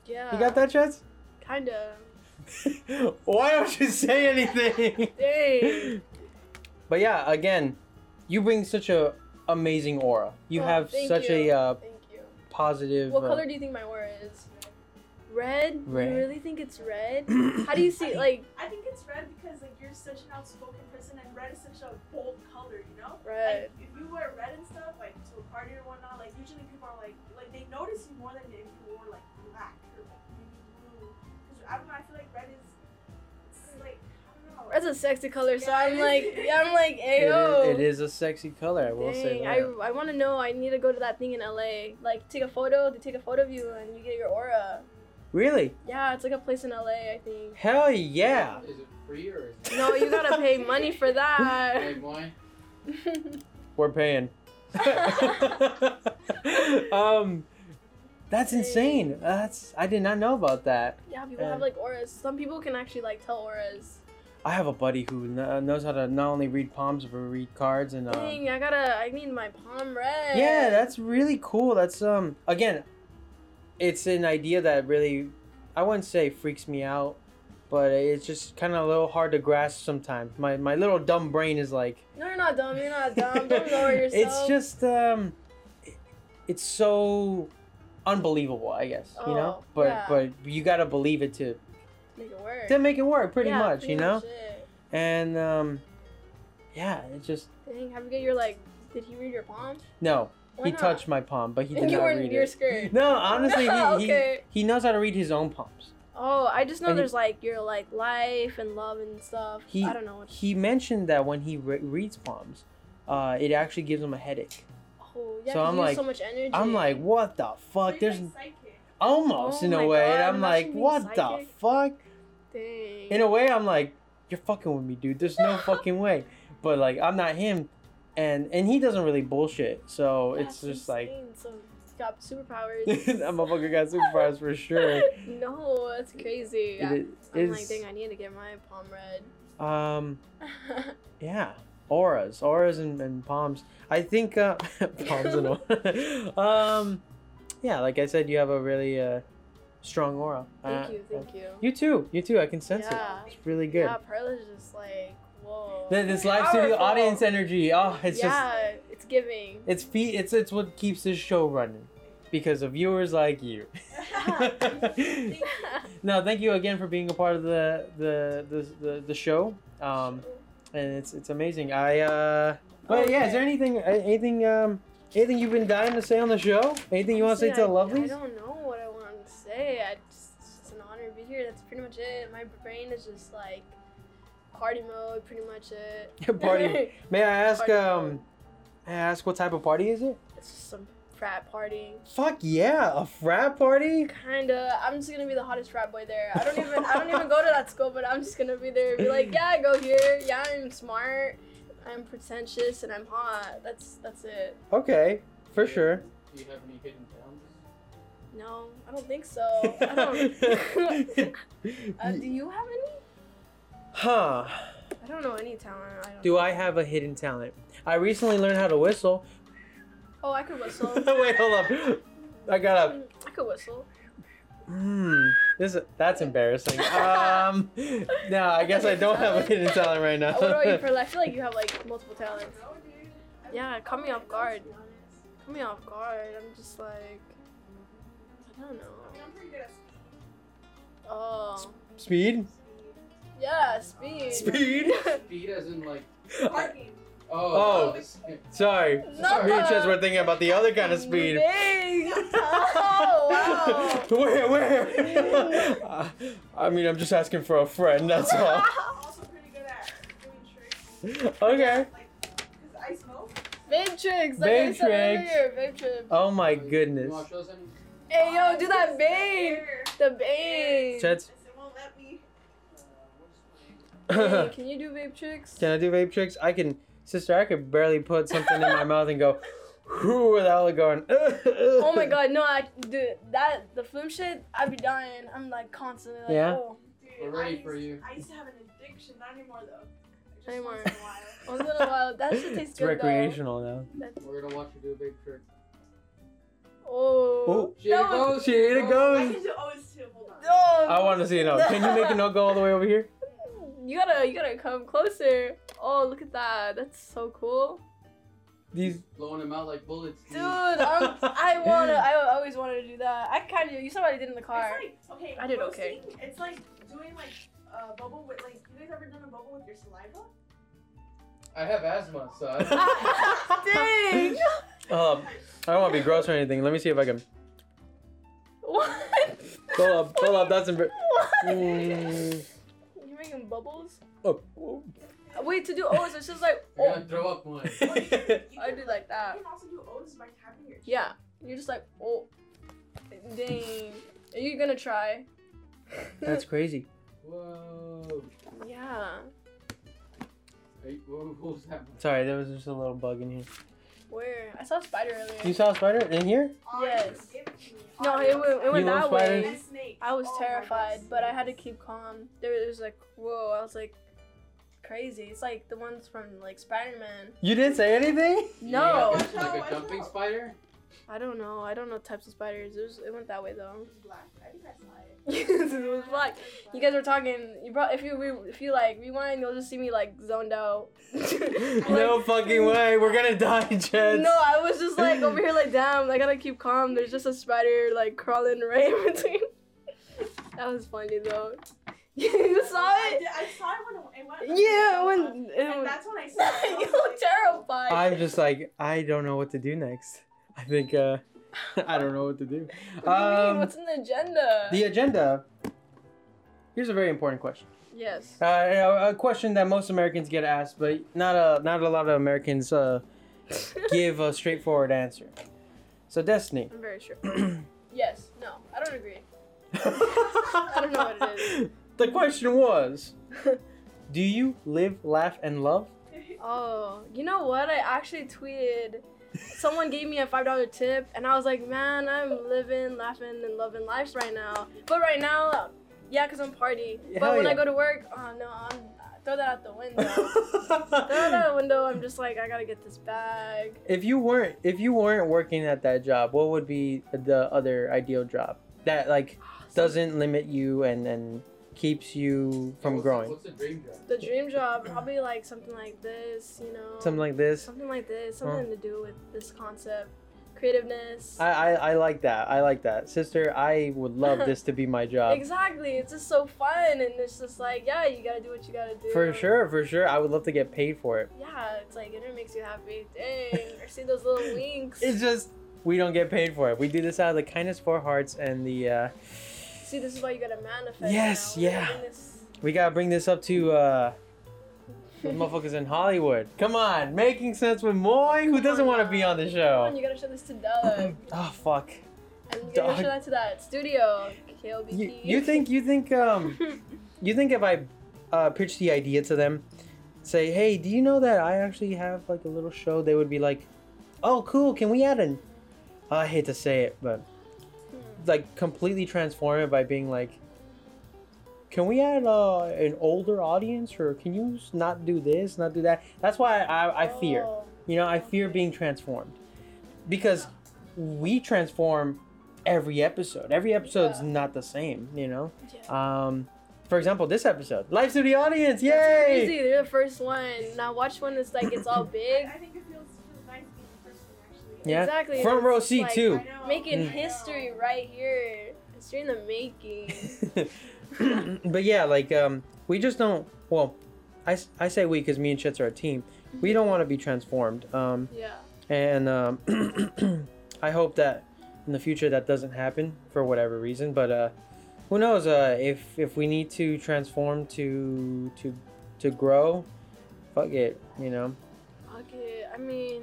You got that, Chess?
Kinda.
[laughs] Why don't you say anything? [laughs]
Dang.
but yeah, again, you bring such a amazing aura. You
Oh,
have
thank
such
you.
a uh,
Thank you.
positive.
What
uh,
color do you think my aura is? Red?
Red.
You really think it's red? How
[clears throat]
do you
[laughs]
see like
I think it's red because like you're such an outspoken person, and red is such a bold color, you know.
red?
Like, if you wear red and stuff, like to a party or whatnot, like usually people are like, like they notice you more than if you wore like black or like maybe blue. Because I don't know, I feel like red is, it's like I don't know.
Red's a sexy color, so
Yeah,
I'm
it
like,
is.
yeah, I'm like,
It
ayo.
is, it is a sexy color. I will say
Dang,
that.
I, I want to know. I need to go to that thing in LA. Like, take a photo. They take a photo of you, and you get your aura.
Really?
Yeah, it's like a place in LA, I think.
Hell yeah!
Is it free or is
[laughs]
it?
No, you gotta pay money for that. [laughs]
Hey, boy.
We're paying. [laughs] um, that's
Dang.
insane. Uh, That's I did not know about that.
yeah, people
Uh,
have like auras. Some people can actually like tell auras.
I have a buddy who kn- knows how to not only read palms but read cards and. Um,
Dang, I gotta. I need my palm red.
yeah, that's really cool. That's um again, it's an idea that really, I wouldn't say freaks me out, but it's just kind of a little hard to grasp sometimes. My my little dumb brain is like.
No, you're not dumb. You're not dumb. Don't lower
[laughs]
yourself.
It's just um, it- it's so unbelievable, I guess. you know,
Oh,
but
yeah.
but you gotta believe it to
make it work.
to make it work, pretty
Yeah,
much, you know.
it.
And um, yeah, it just
Dang, have you get your like? Did he read your palm?
no,
Why
he
not?
touched my palm, but he
And
did
[laughs] you
not
were-
read
you were
it.
scared.
No,
[laughs]
honestly,
No,
he,
okay.
he he knows how to read his own palms.
Oh, I just know
And he-
there's like your like life and love and stuff.
He-
I don't know what.
He mentioned that when he re- reads palms, uh, it actually gives him a headache.
Oh, yeah.
So
'cause
I'm
you use
like-
so much energy.
I'm like, what the
So
fuck?
you're,
There's
like,
[laughs]
psychic. [laughs]
almost
Oh
in a
my
way, and
God,
I'm like,
imagine being
what the
psychic.
fuck?
dang.
in a way i'm like you're fucking with me dude there's
[laughs]
no fucking way but like i'm not him and and he doesn't really bullshit so it's
That's
just like [laughs]
insane. So he's got superpowers.
that motherfucker
[laughs]
got superpowers for sure
No, that's crazy.
It
I,
is-
I'm like,
is-
dang, I need to get my palm red. [laughs]
um yeah auras auras and, and palms i think uh [laughs] palms and [laughs] auras. um yeah like i said you have a really uh strong aura
thank
Uh,
you, thank you.
you too you too i can sense
Yeah.
it it's really good
Yeah, Perla's just like, whoa.
Th- this live studio
Powerful.
audience energy oh it's just
yeah, it's giving.
It's feet. It's it's what keeps this show running, because of viewers like
[laughs]
you. [laughs] no, thank you again for being a part of the the the, the, the show. [laughs] Um, and it's it's amazing. I uh, but yeah, is there anything anything um anything you've been dying to say on the show? Anything you want to say to the
lovely? I
lovelies?
don't know what I want to say. I just, it's just an honor to be here. That's pretty much it. My brain is just like party mode, pretty much
[laughs]
it. [laughs]
party. May I ask
Party
um,
mode.
may I ask what type of party is it?
It's just some frat party.
Fuck yeah, a frat party.
Kinda. I'm just gonna be the hottest frat boy there. I don't even. I don't even go to that school, but I'm just gonna be there. Be like, yeah, I go here. Yeah, I'm smart. I'm pretentious and I'm hot. That's that's it.
Okay, for
Do
[laughs]
you-
sure. [laughs]
Do you have any hidden talents?
No, I don't think so. I
[laughs]
don't. [laughs] uh, do you have any?
huh.
I don't know any talent. I don't
Do I have a hidden talent? I recently learned how to whistle.
Oh, I could whistle.
[laughs] Wait, hold up. I got a.
Mm, I
[laughs]
could whistle.
Hmm. This is, that's
[laughs]
embarrassing. Um. No, I guess I don't have a hidden talent right now.
Uh, What about you, Perla? I feel like you have like multiple talents.
No, dude. I
Yeah,
don't
caught me
know,
off
to be
guard.
honest.
Caught me off guard. I'm just like, I don't
I mean,
know.
I'm pretty good at speaking.
Oh,
[laughs] Speed.
yeah, speed. [laughs]
Speed?
Speed as in like.
Parking.
Oh.
Oh. Sorry.
No.
Me and Chess were thinking about the other kind of speed.
Dang. Oh
[laughs] where, where? [laughs] Uh, I mean, I'm just asking for a friend. That's
[laughs]
all.
I'm also pretty good at doing tricks.
Okay.
Like, because I smoke.
wow. Babe tricks. Like I
Babe
said
tricks.
earlier, babe tricks.
Oh my
You
goodness. [laughs]
wanna show us any?
Hey yo, do that bang.
There.
The bang.
Chad- That's-
Yes, it won't let me.
Hey,
[laughs] Can
can you do vape tricks?
I do vape tricks? I can, sister. I could barely put something in my mouth and go, [laughs] whoo, without it [laughs] going.
Oh
oh
my god, no, I dude, that the film shit, I'd be dying. I'm like constantly like,
Yeah?
oh.
Dude,
We're
I
ready
used,
for you.
I used to have an addiction, not anymore though. I Just
Anymore.
Once in a while.
[laughs] Once in a while, that shit tastes
It's
good
recreational now.
We're gonna watch her do a big trick.
though. Oh.
Oh,
Here
No.
it goes.
shit, it
I
goes.
can do always too. Hold on.
Oh.
I want to see it now. Can you
[laughs]
make it not go all the way over here?
You gotta, you gotta come closer. Oh, look at that. That's so cool,
These.
Blowing him out like bullets.
dude. I'm, I wanna, I always wanted to do that. I kind of, you saw what I did in the car. [laughs]
It's like okay.
I did okay.
roasting, It's like doing like a bubble with like. You guys ever done a bubble with your saliva?
I have asthma, so
[laughs]
I,
Ah, Dang.
Um, I don't want to be gross or anything. Let me see if I can
[laughs] what?
pull up. Pull up. That's embar-
What?
Mm.
You making bubbles?
Oh. [laughs]
Wait to do O's. It's just like
I'm
oh.
gonna throw up one.
[laughs]
You
I
can,
do like that.
You can also do O's by tapping your. chin.
Yeah. You're just like oh. Dang. Are you gonna try? [laughs]
That's crazy.
Whoa.
yeah.
Hey, whoa, what was that?
Sorry, there was just a little bug in here.
Where? I saw a spider
You
earlier.
saw a spider in here?
Yes.
Give it to me.
No, it went, it went
You love
that way.
spiders?
And snakes.
I was
Oh my
terrified,
gosh,
but I had to
snakes.
keep calm. There was like, whoa, I was like, crazy. It's like the ones from like Spider Man.
You didn't say anything? [laughs]
No.
Like a-
Watch
Like
out,
a dumping
watch out.
spider?
I don't know. I don't know types of spiders. It, was, it went that way though. [laughs]
It was black. I think I saw it.
it was black.
It was
You guys were talking. You brought if you re, if you like rewind, you'll just see me like zoned out. [laughs]
[laughs] no
Like,
fucking way. We're gonna die, [laughs] Jets.
No, I was just like over
[laughs]
here like damn. I gotta keep calm. There's just a spider like crawling right in between. [laughs] that was funny though. [laughs] you saw
I
it?
did- I saw it when it went.
Yeah, when it
And
went-
that's when
[laughs]
I saw it. I
you
was
look
like,
terrified.
I'm just like, I don't know what to do next. I think, uh, [laughs] I don't know what to do.
What do you mean?
Um,
What's in the agenda?
The agenda. Here's a very important question.
yes.
[laughs] Uh, a a question that most Americans get asked, but not a not a lot of Americans uh, give a straightforward answer. So Destiny. [clears throat]
I'm very sure. yes. No, I don't agree.
I
don't know what it is.
The question was, do you live, laugh, and
[laughs]
love?
[laughs]
[laughs]
Oh, you know what? I actually tweeted. Someone gave me a five dollar tip, and I was like, man, I'm living, laughing, and loving lives right now. But right now, yeah, cause I'm party. But
Hell
when I
yeah.
go to work, oh no, I'm throw that out the window.
[laughs]
throw that out the window. I'm just like, I gotta get this bag.
if you weren't if you weren't working at that job, what would be the other ideal job that like doesn't limit you and and keeps you from
what's
growing?
What's a dream job?
The dream job, probably like something like this, you know.
Something like this.
something like this
Huh.
something to do with this concept creativeness
I, I I like that. I like that, sister. I would love this to be
[laughs]
my job.
exactly it's just so fun and it's just like yeah you gotta do what you gotta do
For sure, for sure. I would love to get paid for it.
yeah it's like it makes you happy dang or see
[laughs]
those little winks
It's just we don't get paid for it. We do this out of the kindness for our hearts and the uh
see this is why you gotta manifest
Yes,
now. We're
yeah.
doing
[laughs]
this-
we gotta bring this up to uh
[laughs]
the motherfuckers in Hollywood. Come on, making sense with Moy, who
Come
doesn't
on
want to
now.
be on the
Come on,
show.
you gotta show this
[laughs]
to Doug
Oh fuck.
and you
Doug.
gotta show that to that studio KLBP
You, you
[laughs]
think you think um you think if I uh, pitch the idea to them, say, hey, do you know that I actually have like a little show? They would be like, oh, cool. Can we add an? I hate to say it, but like completely transform it by being like, can we add uh, an older audience or can you s- not do this, not do that? That's why I, I fear.
Oh,
You know, I fear being transformed because we transform every episode. Every episode's
Yeah.
not the same, you know?
yeah.
Um, for example, this episode, live to the audience, yay!
That's crazy. They're the first one. Now watch when it's like it's all big.
I think it feels feels nice being the first one actually.
[clears throat] Yeah. Mm.
Exactly.
Front
it's
row
just
seat
like,
too.
I know.
Making
I know. [laughs]
history right here. History in the making.
[laughs]
[laughs]
but yeah, like um, we just don't. Well, I, s- I say we because me and Chits are a team. We don't want to be transformed. Um,
Yeah.
and um, [clears throat] I hope that in the future that doesn't happen for whatever reason. But uh, who knows? Uh, if if we need to transform to to to grow, fuck it. You know,
Okay. I mean,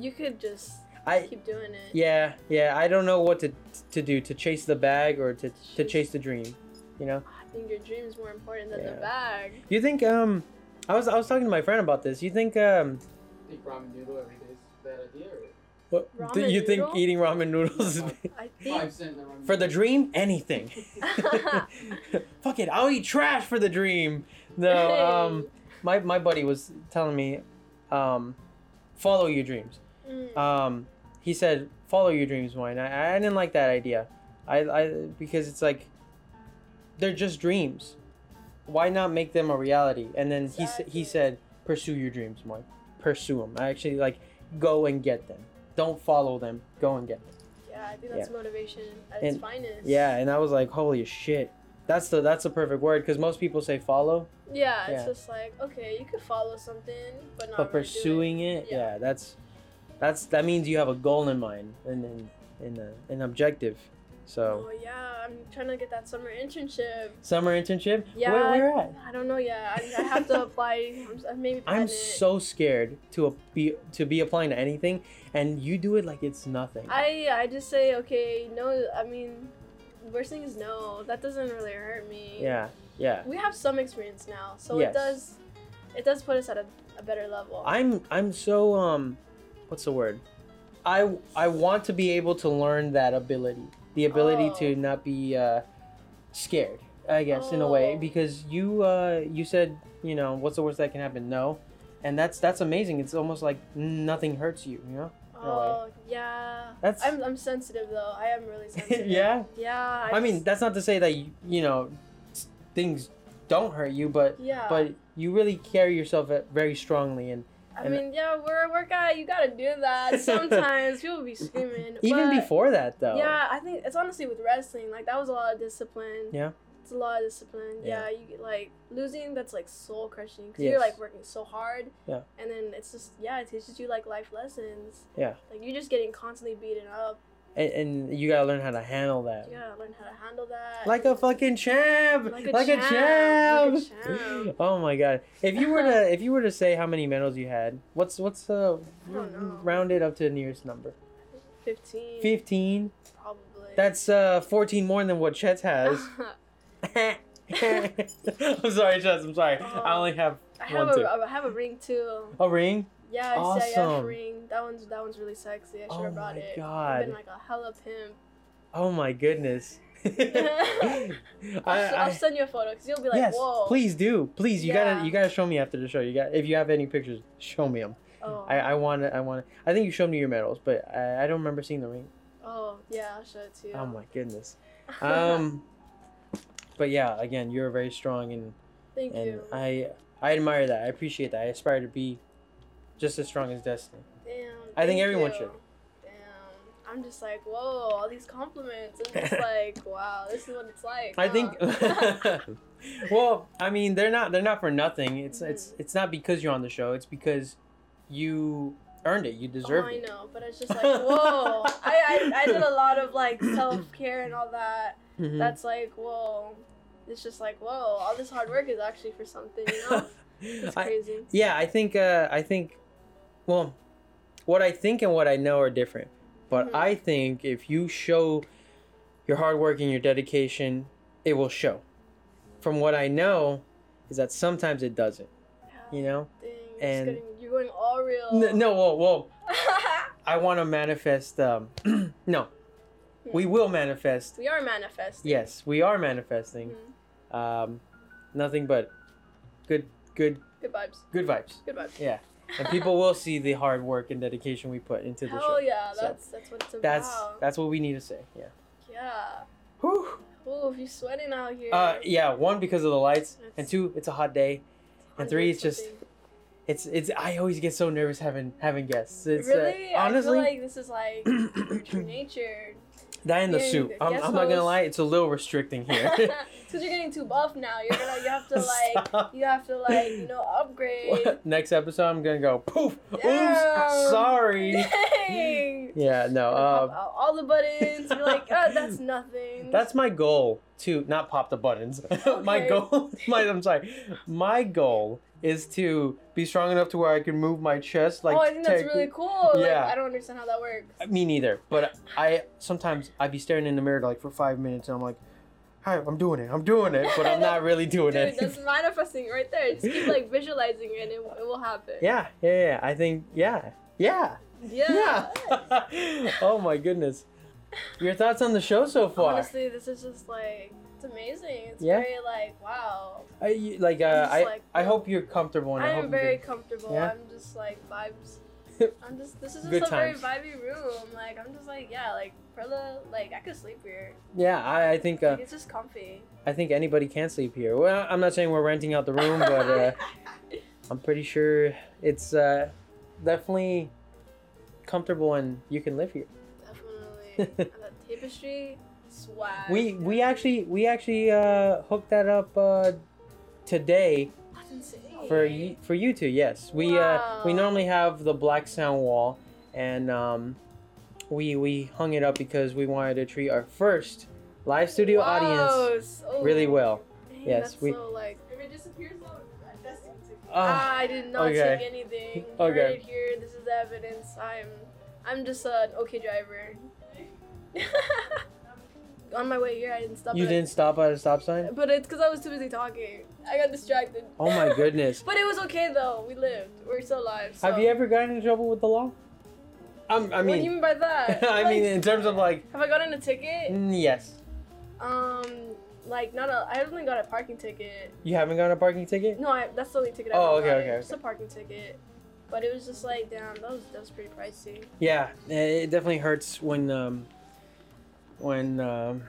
you could just.
I
keep doing it.
yeah yeah I don't know what to to do to chase the bag or to to chase the dream, you know.
I think your dream is more important than
Yeah.
the bag.
You think um, I was I was talking to my friend about this. You think um,
Think ramen noodle every day is a bad idea. Or
what, do
Ramen
you think
noodle?
eating ramen noodles is [laughs]
I
five
think.
cent in the ramen
for the
noodle.
dream anything? Fuck it, I'll eat trash for the dream. No
[laughs]
um, my my buddy was telling me, um, follow your dreams.
Mm.
um, he said, "Follow your dreams, Wayne." I, I didn't like that idea, I, I because it's like they're just dreams. Why not make them a reality? And then he s-
Exactly.
he said, "Pursue your dreams, Mike. Pursue them. I actually like go and get them. Don't follow them. Go and get them."
yeah, I think that's motivation at its
And-
finest.
Yeah, and I was like, "Holy shit." That's the that's the perfect word because most people say follow,
Yeah, it's
Yeah.
just like okay, you could follow something, but not
but
really do it.
pursuing it,
Yeah.
yeah. that's that's that means you have a goal in mind and and, and uh, an objective. So
Oh yeah, I'm trying to get that summer internship.
Summer internship?
Yeah.
Where, where at?
I don't know yet. I, I have to apply. I'm, s- I maybe.
I'm
plan it.
so scared to a- be to be applying to anything, and you do it like it's nothing.
I I just say okay, no. I mean, worst thing is no. That doesn't really hurt me.
yeah, yeah.
We have some experience now, so
Yes.
it does, it does put us at a, a better level.
I'm I'm so um, what's the word? I I want to be able to learn that ability, the ability to
Oh.
not be uh, scared. I guess in a way
Oh.
because you uh, you said you know what's the worst that can happen? No, and that's that's amazing. It's almost like nothing hurts you. You know?
oh yeah.
That's- [laughs]
I'm I'm sensitive though. I am really sensitive.
yeah.
Yeah. I,
I
just-
mean, that's not to say that you, you know s- things don't hurt you, but
Yeah.
but you really carry yourself uh, very strongly, and
I
and-
mean, yeah, we're a workout. You gotta do
[laughs]
that. Sometimes people be screaming.
even
but-
before that, though,
Yeah, I think it's honestly with wrestling, like that was a lot of discipline.
Yeah.
It's a lot of discipline.
Yeah.
Yeah, you get, like losing that's like soul crushing because
Yes.
you're like working so hard.
Yeah.
And then it's just yeah, it teaches you like life lessons.
Yeah.
Like you're just getting constantly beaten up.
and, and you gotta learn how to handle that,
You gotta learn how to handle that.
like a fucking champ,
Like a
champ.
champ, like
[laughs]
a champ.
oh my god! If you were
[laughs]
to if you were to say how many medals you had, what's what's the
I don't know.
rounded up to the nearest number?
Fifteen.
Fifteen.
probably.
That's uh fourteen more than what Chet's has. [laughs] I'm sorry, Chet. I'm sorry. I
Oh.
only have
[laughs] I
one
have a
too.
I have a ring too.
a ring.
Yeah, it's awesome.
Awesome.
CIF ring. That one's that one's really sexy. I should
Oh
have brought
my
it.
God.
I've been like a hella pimp.
Oh my
[laughs]
goodness. [laughs] I,
I'll, s- I'll
I,
send you a photo because you'll be like,
yes,
whoa.
please do. Please, you
Yeah.
gotta you gotta show me after the show. You got if you have any pictures, show me them.
Oh,
I uh, I want to I want to. I think you showed me your medals, but I, I don't remember seeing the ring.
oh yeah, I'll show it to you.
Oh my
[laughs]
goodness. Um, but yeah, again, you're very strong and
Thank
and
you.
I I admire that. I appreciate that. I aspire to be just as strong as Destiny.
Damn.
I think
thank
everyone
you.
should.
Damn. I'm just like, whoa, all these compliments.
[laughs]
I'm just like, wow, this is what it's like.
I
huh? [laughs]
think. [laughs] well, I mean, they're not they're not for nothing. It's
Mm-hmm.
it's it's not because you're on the show. It's because you earned it. You
oh,
deserve
I
it.
know, but it's just like, whoa. I, I, I did a lot of like self care and all that.
Mhm.
that's like whoa it's just like whoa all this hard work is actually for something you
[laughs]
know it's
I-
crazy
yeah, I think uh, I think, well, what I think and what I know are different. But
Mhm.
I think if you show your hard work and your dedication, it will show. From what I know, is that sometimes it doesn't. You know?
Dang, you're,
and-
just getting, you're going all real
N-
[laughs]
no, whoa, whoa. I want to manifest. Um, [clears throat] no, we will manifest.
we are manifesting
Yes, we are manifesting.
Mhm.
Um, nothing but good, good,
good vibes
good vibes,
good vibes
and
[laughs]
people will see the hard work and dedication we put into the
hell
show.
yeah
So,
that's that's what it's about
That's that's what we need to say. Yeah.
yeah
Whew.
oh if you're sweating out here
Uh, yeah. One because of the lights, and
That's-
two, it's a hot day, and three, it's just
something.
it's it's. I always get so nervous having having guests. It's, uh,
really
honestly,
I feel like this is like your true nature
[clears throat]
[laughs]
that in the
yeah,
suit. I'm,
guest
I'm not gonna
host.
lie, it's a little restricting here.
[laughs] because you're getting too buff now you're gonna
[laughs]
you have to like
Stop.
you have to like you know [laughs] upgrade
[laughs] Next episode, I'm gonna go poof. Oops,
Damn. [laughs]
sorry.
Dang.
Yeah, no.
Gonna pop
Uh,
out all the buttons. You're like, oh, that's
[laughs]
nothing.
that's my goal [laughs] to not pop the buttons. [laughs] my
Okay.
goal, my I'm sorry. My goal is to be strong enough to where I can move my chest. Like
oh, I think that's
tech-
really cool.
Yeah.
Like, I don't understand how that works.
Me neither. But I sometimes I'd be staring in the mirror like for five minutes, and I'm like, "Hi, I'm doing it. I'm doing it," but I'm not really doing
Dude,
it.
that's manifesting right there. Just keep like visualizing it, and it, it will happen.
[laughs] Yeah, yeah, yeah. I think yeah, yeah,
Yeah.
yeah. [laughs] oh my goodness. Your thoughts on the show so far?
Honestly, this is just like it's amazing. It's
Yeah.
very like wow.
I, you- like uh,
I'm just
I,
like-
I hope you're comfortable. And I, hope
I'm
you
very
do.
comfortable.
Yeah.
I'm just like
[laughs]
vibes. I'm just this is just
Good
a
times.
very vibey room. Like I'm just like yeah, like Perla, like I could sleep here.
Yeah, I, I think uh,
Like, it's just comfy.
I think anybody can sleep here. Well, I'm not saying we're renting out the room, but
[laughs]
uh, I'm pretty sure it's uh, definitely comfortable and you can live here. [laughs]
Definitely. and that tapestry swag.
We we actually we actually uh, hooked that up uh, today
That's insane.
for you for you two. Yes, we uh, we
Wow.
normally have the black sound wall, and um, we we hung it up because we wanted to treat our first live studio
Wow,
audience
so-
really well.
Oh, Dang,
Yes,
that's
we-
So, like,
If it disappears, though, that's it.
Ah,
I did
[laughs]
not
okay.
take anything.
[laughs] Okay.
Right here, this is the evidence. I'm, I'm just an okay driver. [laughs] On my way here, I didn't stop.
you
at-
didn't stop at a stop
[laughs]
sign.
But it's because I was too busy talking. I got distracted.
Oh my
[laughs]
goodness.
but it was okay though. We lived. We're still alive. So.
Have you ever gotten in trouble with the law? Um, I [laughs]
what do you
mean,
mean by that?
I
Like,
mean, in terms of like,
have I gotten a ticket?
mm, yes,
Um, like not a. I haven't got a parking ticket.
you haven't gotten a parking ticket.
No, I, that's the only ticket. I
Oh,
haven't
okay,
gotten.
okay, okay.
Just a parking ticket. But it was just like, damn, that was that was pretty pricey.
Yeah, Eh, it definitely hurts when um, when um,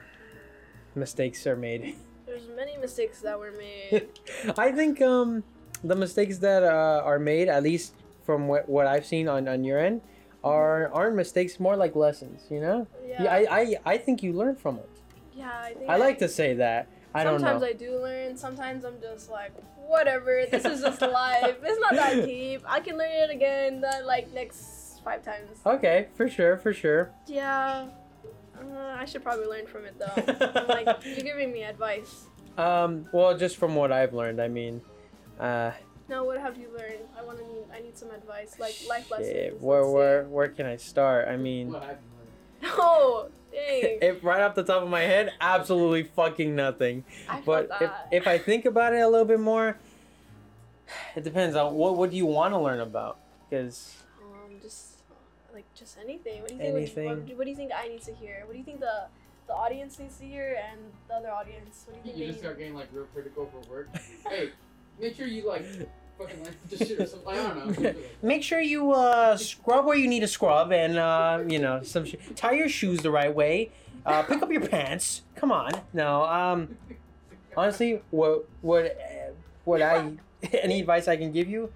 mistakes are made. [laughs]
There's many mistakes that were made.
I think um, the mistakes that uh, are made, at least from what, what I've seen on, on your end, are aren't mistakes, more like lessons. You know?
Yeah.
I, I I think you learn from it.
yeah, I think.
I like to say that. I don't know.
Sometimes I do learn. Sometimes I'm just like, whatever. This is
[laughs]
just life. It's not that deep. I can learn it again, the, like next five times.
Okay, for sure, for sure.
Yeah. Uh, I should probably learn from
[laughs]
it though. like you're giving me advice.
Um, well, just from what I've learned, I mean, uh,
Now, what have you learned? I want to need. I need some advice, like life lessons.
shit,
Let's
where
see.
where where can I start? I mean,
What have you
[laughs]
learned?
Oh, dang.
[laughs] if right off the top of my head, absolutely fucking nothing.
I felt
But if,
that.
if I think about it a little bit more, it depends on what what do you want to learn about? Because
um, just like just anything. What do you think? What,
Anything.
what, do you think I need to hear? What do you think the the audience needs to hear and the other audience? What do you think?
You
they
just
need?
start getting like real critical for work. hey, make sure you like fucking like this shit or something. I
[laughs]
don't know.
make sure you uh, scrub where you need to scrub, and uh, you know some sh- tie your shoes the right way. Uh, pick up your pants. Come on. No. Um. honestly what what uh, what i [laughs] any advice i can give you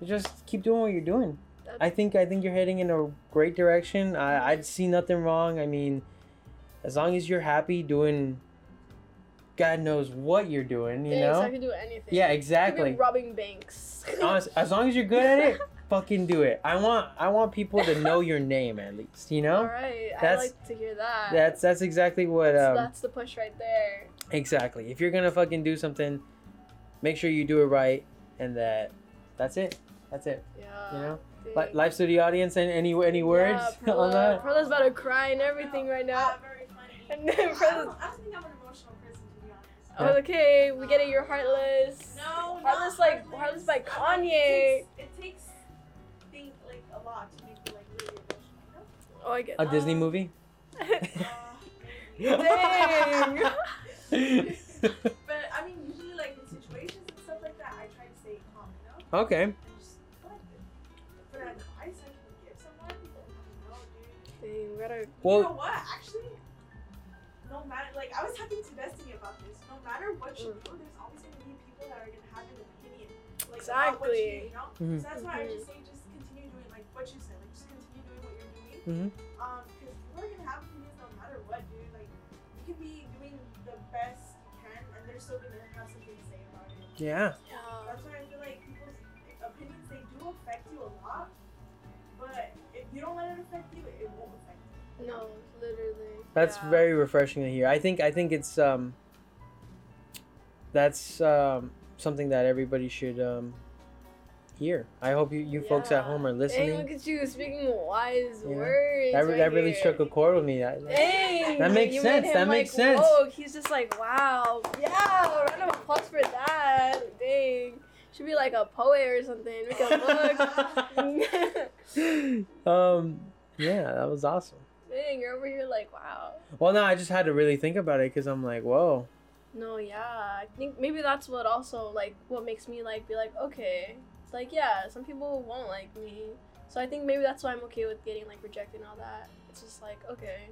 is just keep doing what you're doing
That's-
i think i think you're heading in a great direction i i'd see nothing wrong i mean as long as you're happy doing god knows what you're doing you
Dang,
know
so I could do anything.
yeah
I could be
exactly
robbing banks.
[laughs]
[laughs]
Honest, as long as you're good at it fucking do it i want i want people to know your name at least you know
All right, I
That's-
like to hear that.
that's that's exactly what
so
um
that's the push right there.
Exactly. If you're gonna fucking do something, make sure you do it right, and that that's it. That's it.
Yeah.
You know,
dang.
Li- live studio audience. And any any words
Uh,
[laughs]
yeah,
on
Perla-
that?
Perla's about to cry and everything right now.
Ah, very funny.
And then
I
Perla's,
don't, I don't think I'm an emotional person, to be honest.
oh, okay, we get it. You're heartless.
No,
Heartless like Heartless by Kanye.
It takes, it takes think like a lot to make you like really
[laughs]
emotional.
Oh, I get
A Disney
that.
movie.
[laughs]
Uh,
Dang.
[laughs] but I mean, usually like in situations and stuff like that, I try to stay calm, you know,
[laughs] okay.
and just let it. But advice I can give someone, I don't know, dude.
Dang, we gotta.
Well,
you know what? Actually, no matter like I was talking to Destiny about this. No matter what you
Mm.
do, there's always gonna be people that are gonna have an opinion. Like about what
Exactly.
you, do, you know.
Mhm.
So that's why I
Mhm.
just say just continue doing like what you said. Like just continue doing what you're
Mhm.
doing.
Mm-hmm.
Um, because people are gonna have opinions no matter what, dude. Like you can be doing the best you can, and they're still gonna have something to say about it.
yeah.
Yeah.
That's why I feel like people's opinions they do affect you a lot. But if you don't let it affect you, it won't affect you.
No, literally.
That's
yeah.
very refreshing to hear. I think I think it's um that's um something that everybody should um, hear. I hope you, you folks at
Yeah.
home are
Hey,
listening.
look at you speaking wise
Yeah.
words.
That, re-
right
that really
here.
struck a chord with me. I-
Dang,
That makes
you
sense,
Made him,
that
like,
makes sense.
Woke. He's just like, wow, yeah. Round of applause for that. Dang, should be like a poet or something. Make a
[laughs]
book. [laughs]
um, yeah, that was awesome.
Dang, you're over here like, wow.
Well, no, I just had to really think about it because I'm like, whoa.
No, yeah. I think maybe that's what also like what makes me like be like, okay. It's like yeah, some people won't like me. So I think maybe that's why I'm okay with getting like rejected and all that. It's just like, okay.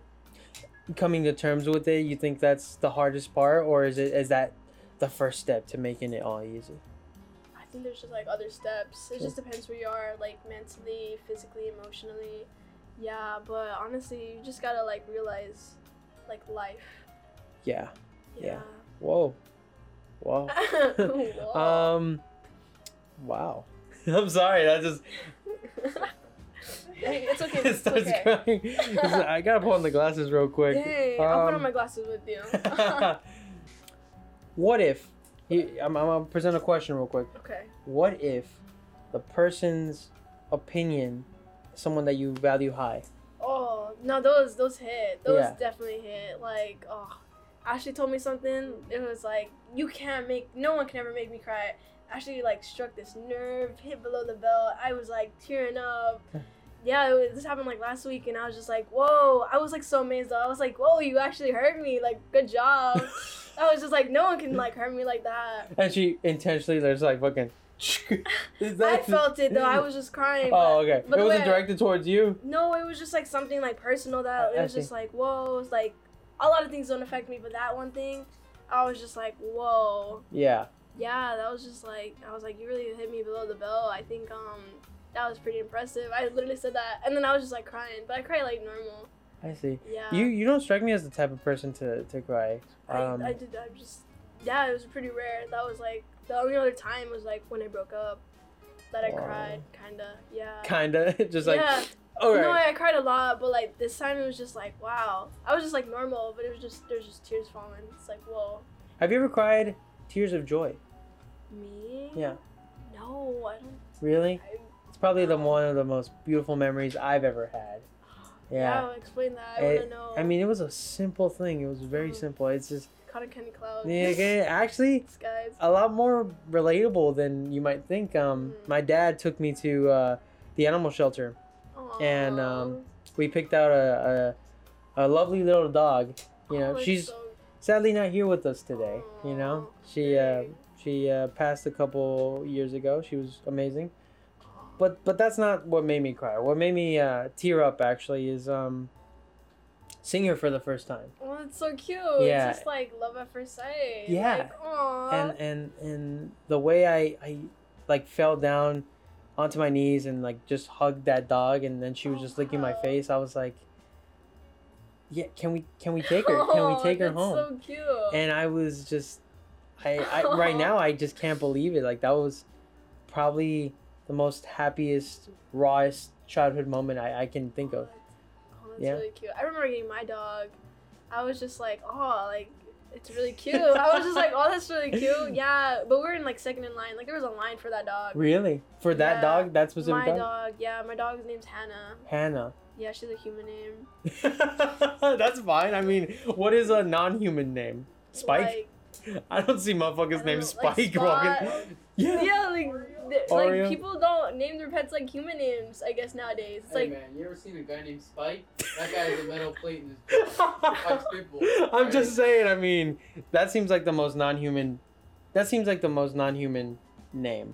Coming to terms with it, you think that's the hardest part, or is it is that the first step to making it all easy?
I think there's just like other steps. It
Sure.
just depends where you are, like mentally, physically, emotionally. Yeah, but honestly, you just gotta like realize like life.
Yeah.
Yeah.
Yeah. Whoa. Whoa. [laughs]
[laughs] Whoa. [laughs]
Um. Wow. [laughs] I'm sorry. That just
Hey, [laughs] it's
[laughs]
okay.
it
It's
starts
okay. [laughs]
crying. It's like, I gotta pull on the glasses real quick.
Dang, I'll put on
Um,
my glasses with
[laughs]
you. [laughs]
what if? you- I'm, I'm gonna present a question real quick.
okay.
What if the person's opinion, someone that you value
[laughs]
high?
Oh no, those those hit. Those
Yeah.
definitely hit. Like, oh, Ashley told me something. It was like, you can't make. No one can ever make me cry. Ashley like struck this nerve, hit below the belt. I was like tearing up. Yeah, it was, this happened like last week, and I was just like, whoa. I was like so amazed. Though. I was like, whoa, you actually heard me. Like, good
[laughs]
job. I was just like, no one can like hurt me like that.
and she intentionally, there's like fucking. [laughs] Is
I
that-
felt it though. I was just crying. but-
Oh, okay.
but
it
the
wasn't
way I-
directed towards you.
No, it was just like something like personal that
I-
it
I
was
see.
just like whoa. It's like a lot of things don't affect me, but that one thing, I was just like whoa.
Yeah.
Yeah, that was just like I was like you really hit me below the bell. I think um that was pretty impressive. I literally said that, and then I was just like crying, but I cried like normal.
I see.
Yeah.
You um, you don't strike me as the type of person to to cry.
I, I did. I just yeah, it was pretty rare. That was like the only other time was like when I broke up that I
Wow.
cried, kinda. Yeah.
kinda [laughs] just like
yeah.
all
No,
right.
I cried a lot, but like this time it was just like wow. I was just like normal, but it was just there's just tears falling. It's like whoa,
Have you ever cried tears of joy?
me?
Yeah.
No, I don't.
Really?
I,
It's probably the one of the most beautiful memories I've ever had. Yeah.
yeah. explain that. I
It-
wanna know.
I mean, it was a simple thing. It was very
Mhm.
simple. It's
[laughs]
just
cotton candy cloud.
yeah, okay, actually
[laughs] Thanks, guys.
a lot more relatable than you might think. Um,
Mhm.
my dad took me to uh, the animal shelter. and,
Aw.
um, We picked out a a, a lovely little dog. You
Oh,
know,
it's
she's
so-
sadly not here with us today. You know,
Aw,
she uh,
dang.
she uh, passed a couple years ago. She was amazing, but but that's not what made me cry. What made me uh, tear up actually is um, seeing her for the first time,
Well, Oh, it's so cute.
Yeah.
It's just like love at first sight.
Yeah.
Like, aw.
and and and the way I I like fell down onto my knees and like just hugged that dog, and then she was
Oh,
just licking my
wow.
face. I was like, yeah, can we can we take
[laughs]
her? Can we
Aw,
take her
Oh, that's
home?
So cute.
and I was just, I, I
[laughs]
right now I just can't believe it. Like that was probably the most happiest, rawest childhood moment I, I can think of.
Oh, that's
Yeah.
really cute. I remember getting my dog. I was just like, oh, like it's really cute. I was just like, oh, that's really cute. Yeah, but we were in like second in line. Like there was a line for that dog.
Really, for that
Yeah,
dog, that specific
my
dog,
dog? yeah, my dog's name's Hannah.
Hannah.
Yeah, she's a human name.
[laughs] That's fine. I mean, what is a non-human name? Spike.
Like,
I don't see
I
motherfuckers
don't
named
know, like,
Spike
Spot.
walking. [laughs] Yeah.
[laughs] Yeah, like th-
Oreo.
like people don't name their pets like human names. I guess nowadays it's
Hey
like
man, you ever seen a guy named Spike? That guy has a metal plate in his
[laughs]
back. Spike's pitbull.
I'm
alright?
just saying. I mean, that seems like the most non-human. That seems like the most non-human name.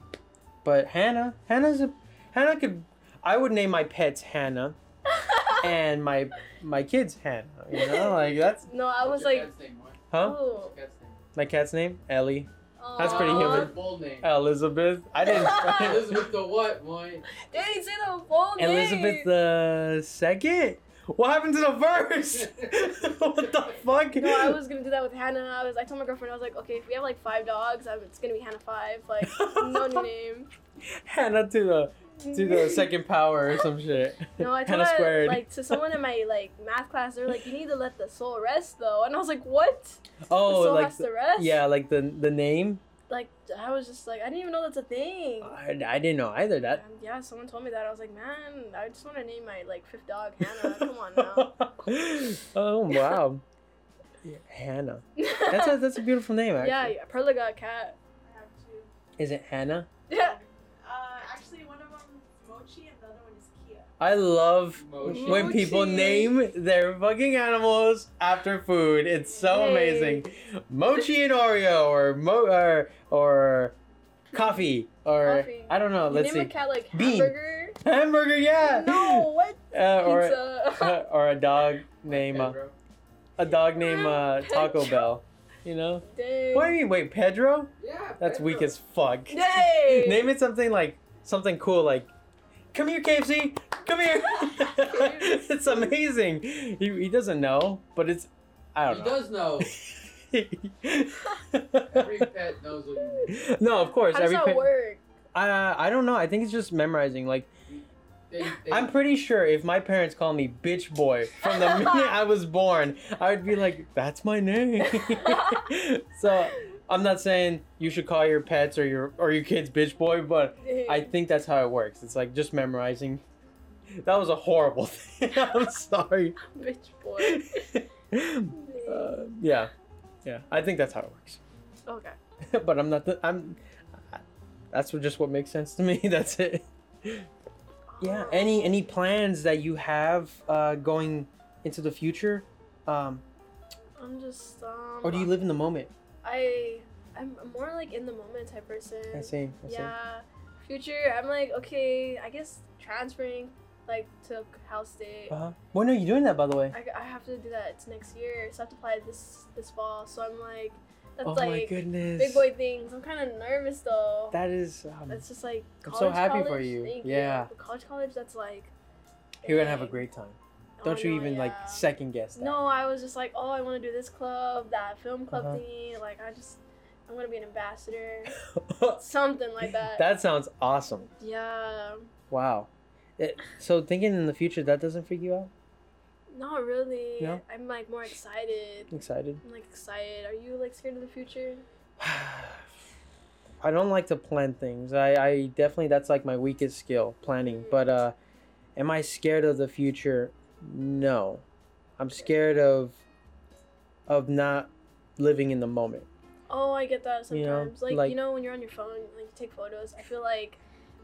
But Hannah, Hannah's a Hannah could. I would name my pets Hannah and my my kids Hannah. You know, like that's
[laughs] no. I
What's
was
your
like,
cat's name, Mark?
huh?
oh,
What's your cat's name?
My cat's name Ellie, That's pretty
aw.
What's
human.
your bull name?
[laughs]
Elizabeth. I didn't. [laughs]
Elizabeth the what, boy?
Dang, say the full name.
Elizabeth the second. What happened to the
[laughs]
verse? [laughs] what the fuck?
No, I was gonna do that with Hannah. I was, I told my girlfriend, I was like, okay, if we have like five dogs, I'm, it's gonna be Hannah five. Like, no new name.
Hannah to the [laughs] to
[laughs]
the second power or some shit.
No, I told
Hannah
her
squared.
like to someone in my like math class. They're like, you need to let the soul rest though, and I was like, what? The
oh,
soul
like
has to rest.
yeah, like the the name.
like I was just like I didn't even know that's a thing.
I, I didn't know either Uh, that.
And yeah, someone told me that. I was like, man, I just want to name my like fifth dog
[laughs]
Hannah. Come on now.
oh wow, [laughs] Yeah, Hannah. That's
[laughs]
a, that's a beautiful name actually.
yeah, yeah, Perla got a cat.
I have two.
Is it Hannah?
[laughs] Yeah.
Uh, actually, one of them is Mochi and the other one is Kia.
I love
Mochi.
when people
Mochi.
name their fucking animals after food. It's so
Hey.
amazing. Mochi and Oreo, or mo, or, or coffee, or
Coffee.
I don't know.
You
let's
name
see,
a cat like
Bean.
hamburger.
[laughs] hamburger, yeah,
No, what?
[laughs] uh, or
Pizza.
[laughs] uh, or a dog name uh,
Pedro.
a dog name
[laughs]
uh, Taco
Pedro.
Bell. You know?
Dang.
What do you mean? Wait, Pedro?
Yeah.
That's
Pedro.
weak as fuck. [laughs]
Dang.
Name it something like something cool like Come here, KFC! Come here! [laughs] it's amazing. He, he doesn't know, but it's I
He
don't [laughs]
does
know.
know. Every pet knows what you mean.
[laughs] no, of course.
How does
Every
that
pa-
work?
uh, I don't know. I think it's just memorizing. Like
They, they,
I'm pretty sure if my parents called me bitch boy from the minute
[laughs]
I was born, I would be like, that's my name. [laughs] so I'm not saying you should call your pets or your or your kids bitch boy, but I [laughs]
Dang.
think that's how it works. It's like just memorizing. That was a horrible [laughs] thing. I'm sorry.
bitch boy.
Uh, yeah, yeah. I think that's how it works. [laughs]
okay.
but I'm not. The, I'm. I- That's what, just what makes sense to me. [laughs] That's it. Yeah.
Oh.
Any any plans that you have uh, going into the future, um,
I'm just um.
or do you live in the moment?
I I'm more like in the moment type person.
I see. I see.
Yeah. Future, I'm like okay. I guess transferring like to Cal State.
Uh-huh. When are you doing that, by the way?
I, I have to do that. It's next year, so I have to apply this this fall. So I'm like, that's
oh my
like
goodness.
big boy things. I'm kind of nervous though.
That is. Um,
that's just like
I'm
college,
so happy for
college,
you.
thank
Yeah.
But college, college. That's like.
you're gonna have a
dang.
great time.
Oh,
Don't you
no,
even
yeah.
like second guess that.
No, I was just like, oh, I want to do this club, that film club
Uh-huh.
thingy. Like, I just, I'm gonna be an ambassador,
[laughs]
something like that.
that sounds awesome.
yeah,
Wow. It, so thinking in the future, that doesn't freak you out?
not really.
No?
I'm like more excited.
Excited?
I'm like excited. Are you like scared of the future?
[sighs] I don't like to plan things. I, I definitely that's like my weakest skill, planning. But uh am I scared of the future? No. I'm scared of of not living in the moment.
Oh, I get that
You know,
sometimes. like,
like-
you know, when you're on your phone, like you take photos. I feel like.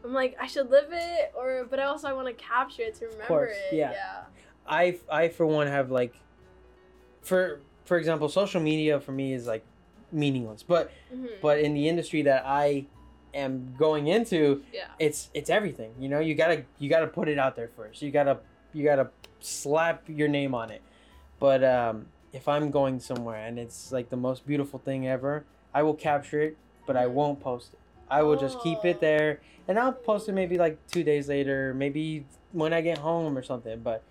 I'm like I should live it, or but I also I want to capture it to remember
course,
it.
yeah. I I for one have like for for example, social media for me is like meaningless. But
Mhm.
but in the industry that I am going into,
yeah.
it's it's everything you know you gotta you gotta put it out there first you gotta you gotta slap your name on it but um if i'm going somewhere and it's like the most beautiful thing ever i will capture it but i
Mhm.
won't post it i will just keep it
Oh.
there and i'll post it maybe like two days later maybe when i get home or something but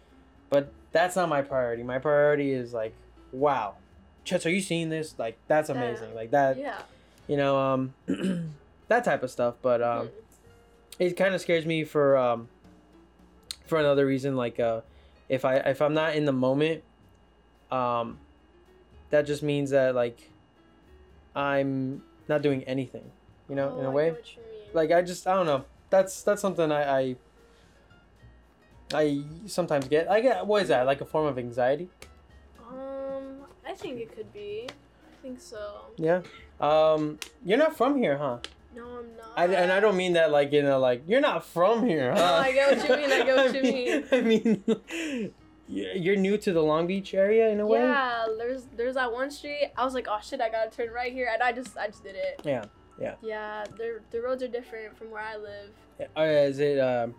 but that's not my priority my priority is like wow Chess, are you seeing this? Like that's
Yeah.
amazing. Like that,
Yeah.
you know, um, [clears throat] that type of stuff. But um,
Mhm.
it kind of scares me for um for another reason like uh if i if i'm not in the moment um that just means that like i'm not doing anything you know
Oh,
in
I
a way
get what you mean.
like i just i don't know that's that's something i i I sometimes get I get what is that like a form of anxiety?
Um, I think it could be. I think so.
Yeah. Um, you're not from here, huh?
No, I'm not.
I, and I don't mean that like you know like you're not from here. Huh?
Oh, I get what you mean, I get what you mean.
[laughs] I mean, [laughs] you're you're new to the Long Beach area in a way.
Yeah, there's there's that one street. I was like, oh shit, I gotta turn right here, and I just I just did it.
Yeah, yeah.
Yeah, the the roads are different from where I live.
Uh, is it um,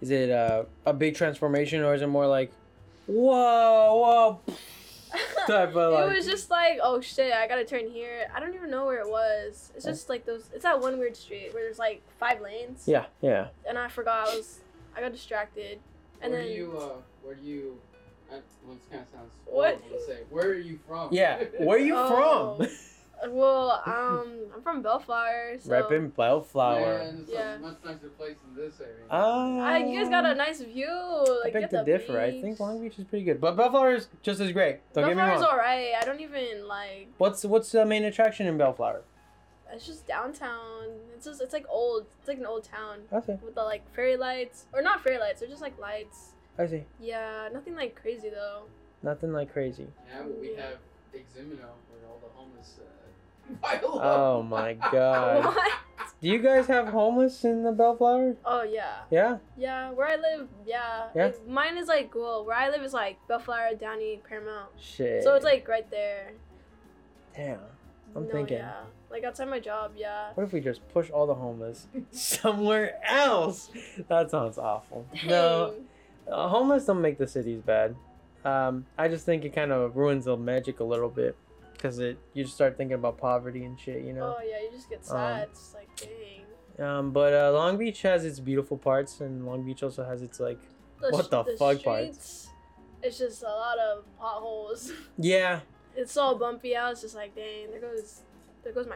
is it uh, a big transformation or is it more like, whoa, [laughs] whoa, type of like?
[laughs] it was just like, oh shit, I gotta turn here. I don't even know where it was. It's just like those. It's that one weird street where there's like five lanes.
yeah, yeah.
And I forgot I was. I got distracted. And
where
then
do you, uh, where do you, I, well, this kind of sounds
What?
horrible to say. Where are you from?
Yeah, where are
[laughs]
you
Oh,
from? [laughs]
well, um, I'm from Bellflower. So
Reppin' Bellflower.
Man, it's
Yeah.
a much nicer place than this area.
Ah,
I, you guys got a nice view.
I
Like,
beg
get
to
the
differ. I think Long Beach is pretty good, but Bellflower is just as great. Don't get me
Bellflower's
wrong.
alright. I don't even like.
What's what's the main attraction in Bellflower?
it's just downtown. It's just it's like old. It's like an old town
Okay,
with the like fairy lights or not fairy lights. They're just like lights.
I see.
Yeah, nothing like crazy
[laughs]
though.
Nothing like crazy.
Yeah, well, we have Eximino where all the homeless uh, [laughs] pile up.
Oh my god.
[laughs] What?
Do you guys have homeless in the Bellflower?
Oh yeah,
Yeah.
yeah. Where I live, yeah.
Yeah?
It- mine is like well, where I live is like Bellflower, Downey, Paramount.
Shit.
So it's like right there.
damn. I'm thinking.
Yeah. Like outside my job, yeah.
What if we just push all the homeless [laughs] somewhere else? That sounds awful. No,
[laughs] Dang.
uh, homeless don't make the cities bad. Um, I just think it kind of ruins the magic a little bit because it you just start thinking about poverty and shit, you know.
Oh yeah, you just get
Um,
sad. it's just like dang.
Um, but uh, Long Beach has its beautiful parts, and Long Beach also has its like What
sh-
the fuck parts?
streets, It's just a lot of potholes. [laughs]
yeah.
It's all bumpy. I was just like, dang, there goes, there goes my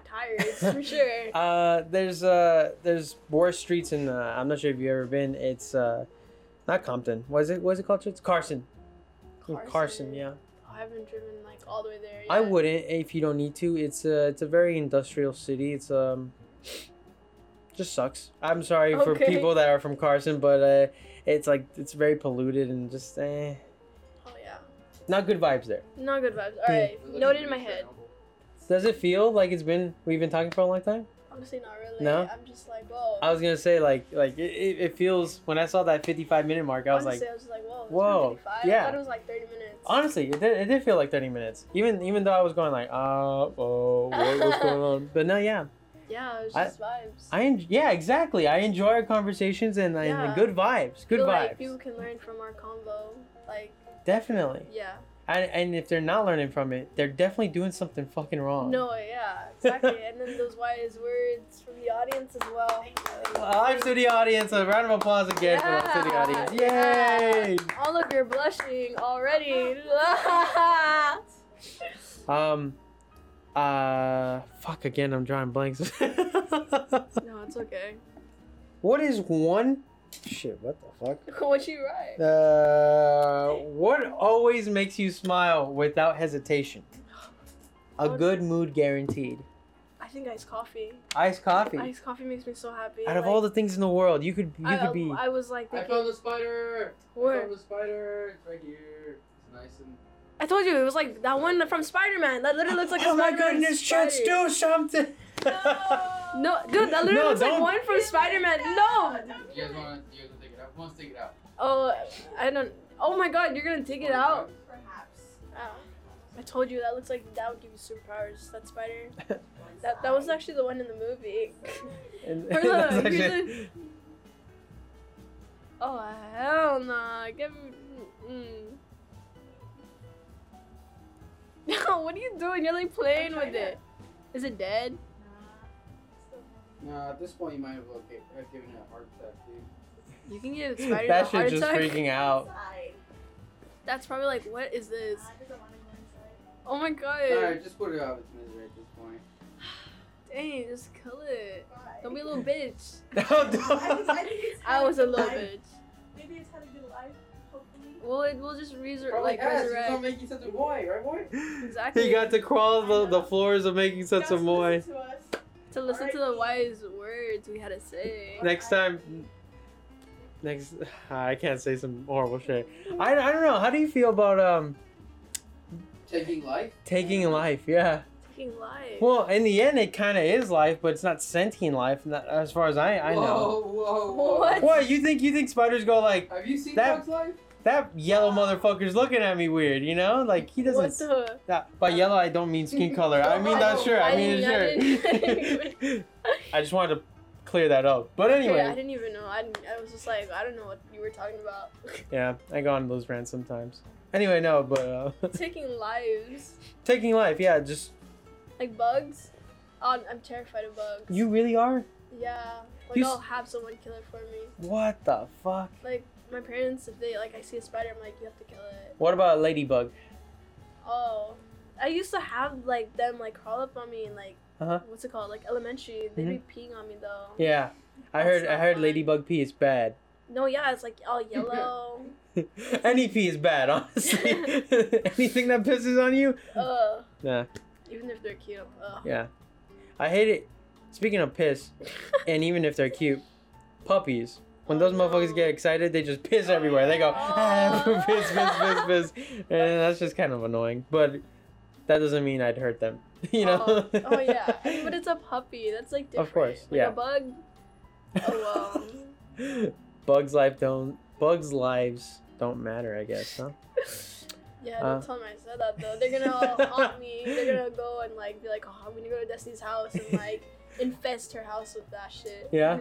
[laughs]
tires for sure.
Uh, there's uh there's worse streets in uh, I'm not sure if you've ever been. It's uh not Compton. Was it was it called? It's Carson. Carson.
Carson.
yeah.
I haven't driven like all the way there. Yet.
I wouldn't if you don't need to. It's a it's a very industrial city. It's um just sucks. I'm sorry for
Okay.
people that are from Carson, but uh, it's like it's very polluted and just eh,
Oh yeah,
not good vibes there.
not good vibes. All right,
They're looking
noted in my
pretty
head.
terrible.
Does it feel like it's been we've been talking for a long time?
Honestly, not really.
No?
I'm just like, whoa.
I was gonna say like like it, it, it feels when I saw that 55 minute mark, I was
Honestly,
like
I was just like, whoa. It's
whoa,
whoa. I
yeah.
thought it was like 30 minutes.
honestly it did, it did feel like 30 minutes. Even even though I was going like uh oh what, what's
[laughs]
going on, but no yeah
yeah, it was
I-
just vibes.
I en- yeah exactly I enjoy our conversations and, and
Yeah.
good vibes good
feel
vibes.
Like people can learn from our convo. Like,
Definitely.
yeah.
And, and if they're not learning from it, they're definitely doing something fucking wrong.
No, yeah, exactly. and then those wise words from the audience as well.
Live to the audience. A round of applause again for live to the
Yeah,
audience.
yeah.
Yay!
All of you're blushing
[laughs]
already.
Um, uh, fuck again. I'm drawing blanks. [laughs]
no, it's okay.
what is one? Shit. What the fuck?
What you write?
Uh, what always makes you smile without hesitation? A
What?
good mood guaranteed.
I think iced coffee.
Iced coffee.
Iced coffee makes me so happy.
Out of
like,
all the things in the world, you could you
I,
could be.
I was like
I
thinking.
found the spider. I
Where?
found the spider. It's right here. It's nice and.
I told you it was like that one from Spider Man. That literally looks like. a
oh my
Spider-Man
goodness,
spider.
Church, do something!
[laughs] No, dude, that literally
No,
looks
don't.
like one from Spider Man. No.
Do you guys want to? You guys want to take it out? Who wants to take it out?
Oh, I don't. Oh my god, you're gonna take it out.
Perhaps.
Ow. I told you that looks like that would give you superpowers. That spider. That that was actually the one in the movie.
[laughs]
[laughs]
And-
Or
[laughs]
look,
that's
here's
actually-
a- Oh hell no! Give me. Mm. No, mm. [laughs] what are you doing? You're like playing with it. Is it dead?
Nah, at this point you might as well give, have given it a heart attack, dude.
You can give spider
[laughs]
a
that
heart
shit just
attack.
freaking out. [laughs]
Inside.
[laughs] That's probably like, what is this?
I just don't want to go inside.
Oh my god!
Alright, just put it out of its misery at this point.
Dang, just kill it.
Bye.
Don't be
[laughs]
a little bitch.
[laughs] I think- I think it's
[laughs] I
had-
was a little
I-
bitch.
Maybe it's had a good life, hopefully.
Well, it will just resur-
Probably
like
has. It's
resurrect.
not making sense of why, right, boy?
[laughs]
Exactly.
he got to crawl the, the floors of making sense
Guys,
of Moy.
listen to us.
to listen to the
Alright.
wise words we had to say.
Next time, next [sighs] I can't say some horrible shit. I, I don't know. How do you feel about um
[laughs] Taking life.
taking life? Yeah.
Fucking life.
Well, in the end, it kind of is life, but it's not sentient life, not, as far as I I know.
Whoa, whoa, whoa.
What?
What you think? You think spiders go like
Have you seen
That-
Dog's life?
that yellow motherfucker's looking at me weird? You know, like he doesn't.
What the?
That, by yellow, I don't mean skin color. I mean that
[laughs]
shirt. I
I
mean the
didn't- [laughs] I
shirt. [laughs] I just wanted to clear that up. But anyway,
Yeah, I didn't even know. I, didn't- I was just like, I don't know what you were talking about. [laughs]
yeah, I go on those rants sometimes. Anyway, no, but uh, [laughs]
Taking lives.
taking life, yeah, just
Like bugs. Oh, I'm terrified of bugs.
you really are.
Yeah. Like
You s-
I'll have someone kill it for me.
What the fuck?
Like my parents, if they like I see a spider, I'm like, you have to kill it.
What about a ladybug?
Oh. I used to have like them like crawl up on me and like
Uh-huh. Mm-hmm.
what's it called? Like elementary. They'd be peeing on me though.
Yeah, I
That's
heard. I
not
heard
fun.
ladybug pee is bad. [laughs]
No, yeah, it's like all yellow.
Any pee is bad, honestly. [laughs]
[laughs]
Anything that pisses on you,
Ugh.
nah.
Even if they're cute. Ugh.
Yeah. I hate it. Speaking of piss,
[laughs]
and even if they're cute, puppies. When those motherfuckers get excited, they just piss everywhere. They go [laughs] "Ah,
Oh.
piss, piss, piss, piss, and that's just kind of annoying. But that doesn't mean I'd hurt them, [laughs] you know.
Oh, oh, yeah.
[laughs]
I mean, but it's a puppy. That's like different.
Of course,
Like
yeah.
a bug. Oh well.
Bugs life don't. Bugs lives don't matter, I guess, huh?
Yeah, don't
Uh.
tell them I said that though. They're gonna all haunt me. They're gonna go and like be like, oh, I'm gonna go to Destiny's house
[laughs]
and like infest her house with that shit.
Yeah.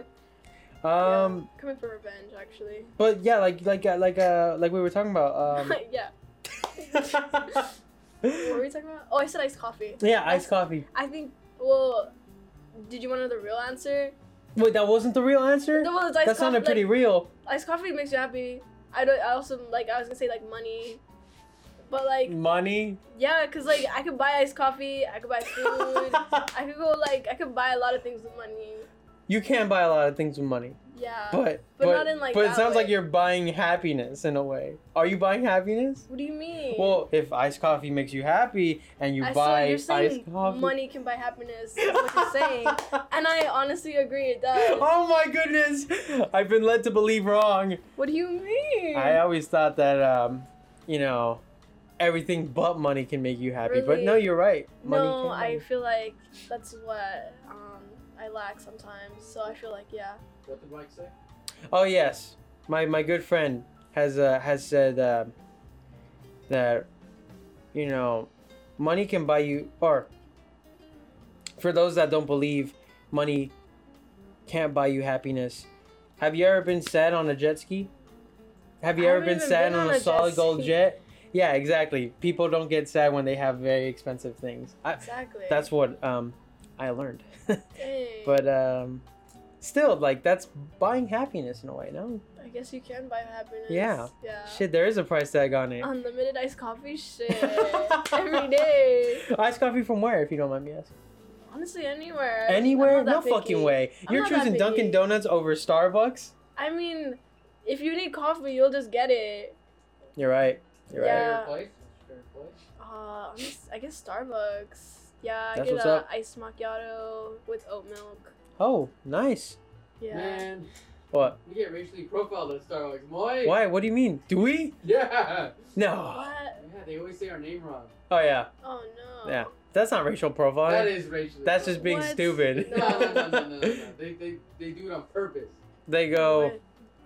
Yeah,
Um,
coming for revenge actually.
but yeah, like like uh, like uh like we were talking about. Um,
[laughs]
[laughs]
yeah. What were we talking about? Oh, I said iced coffee.
yeah, iced coffee.
I think. Well, did you want to know the real answer?
Wait, that wasn't the real answer.
No, well, it's iced
That sounded
coffee,
pretty
Like,
real.
iced coffee makes you happy. I don't. I also like. I was gonna say like money, but like
Money.
yeah, cause like I could buy iced coffee. I could
[laughs]
buy [laughs] food. I could go like I could buy a lot of things with money.
you can buy a lot of things with money,
Yeah.
but
Uh, but not in, like,
but it
that
sounds like
way.
you're buying happiness in a way. Are you buying happiness?
what do you mean?
Well, if iced coffee makes you happy and you
I saw
buy
you're
iced
saying
coffee,
money can buy happiness. Is what you're
[laughs]
saying, and uh, I honestly agree it does.
Oh my goodness! I've been led to believe wrong.
What do you mean?
I always thought that, um, you know, everything but money can make you happy. But no,
Really?
you're right. Money
no,
can
I feel like that's what um, I lack sometimes. So I feel like yeah.
What did Mike say?
Oh yes, my my good friend has uh, has said uh, that you know money can buy you or for those that don't believe money can't buy you happiness. Have you ever been sad on a jet ski? Have you
I
ever
haven't
been
even
sad
been
on, a,
on a jet
solid gold
ski.
jet? Yeah, exactly. People don't get sad when they have very expensive things. I,
Exactly.
that's what um, I learned. [laughs]
Dang.
but um, still, like that's buying happiness in a way. No,
I guess you can buy happiness.
Yeah.
Yeah.
Shit, there is a price tag on it.
Unlimited iced
[laughs]
coffee shit. Every day.
Iced coffee from where, if you don't mind me asking?
Honestly, anywhere.
Anywhere?
I'm not
No
that
fucking
picky.
way.
I'm
You're
not that
choosing Dunkin'
picky.
Donuts over Starbucks?
I mean, if you need coffee, you'll just get it.
You're right. You're right.
Yeah.
Favorite place? Favorite place?
Uh, I'm just- I guess Starbucks. Yeah, I
That's
get
what's
a
up.
iced macchiato with oat milk.
Oh, nice.
Yeah.
Man,
What?
you get racially profiled at Starbucks. Moy.
Why? What do you mean? Do we?
[laughs] Yeah.
No.
Yeah,
What?
they always say our name wrong.
Oh, yeah.
Oh no.
Yeah. That's not racial profiling.
That is racially.
That's just being
profiled.
What?
stupid.
No, no, no, no, no, no. They, they, they do it on purpose.
they go,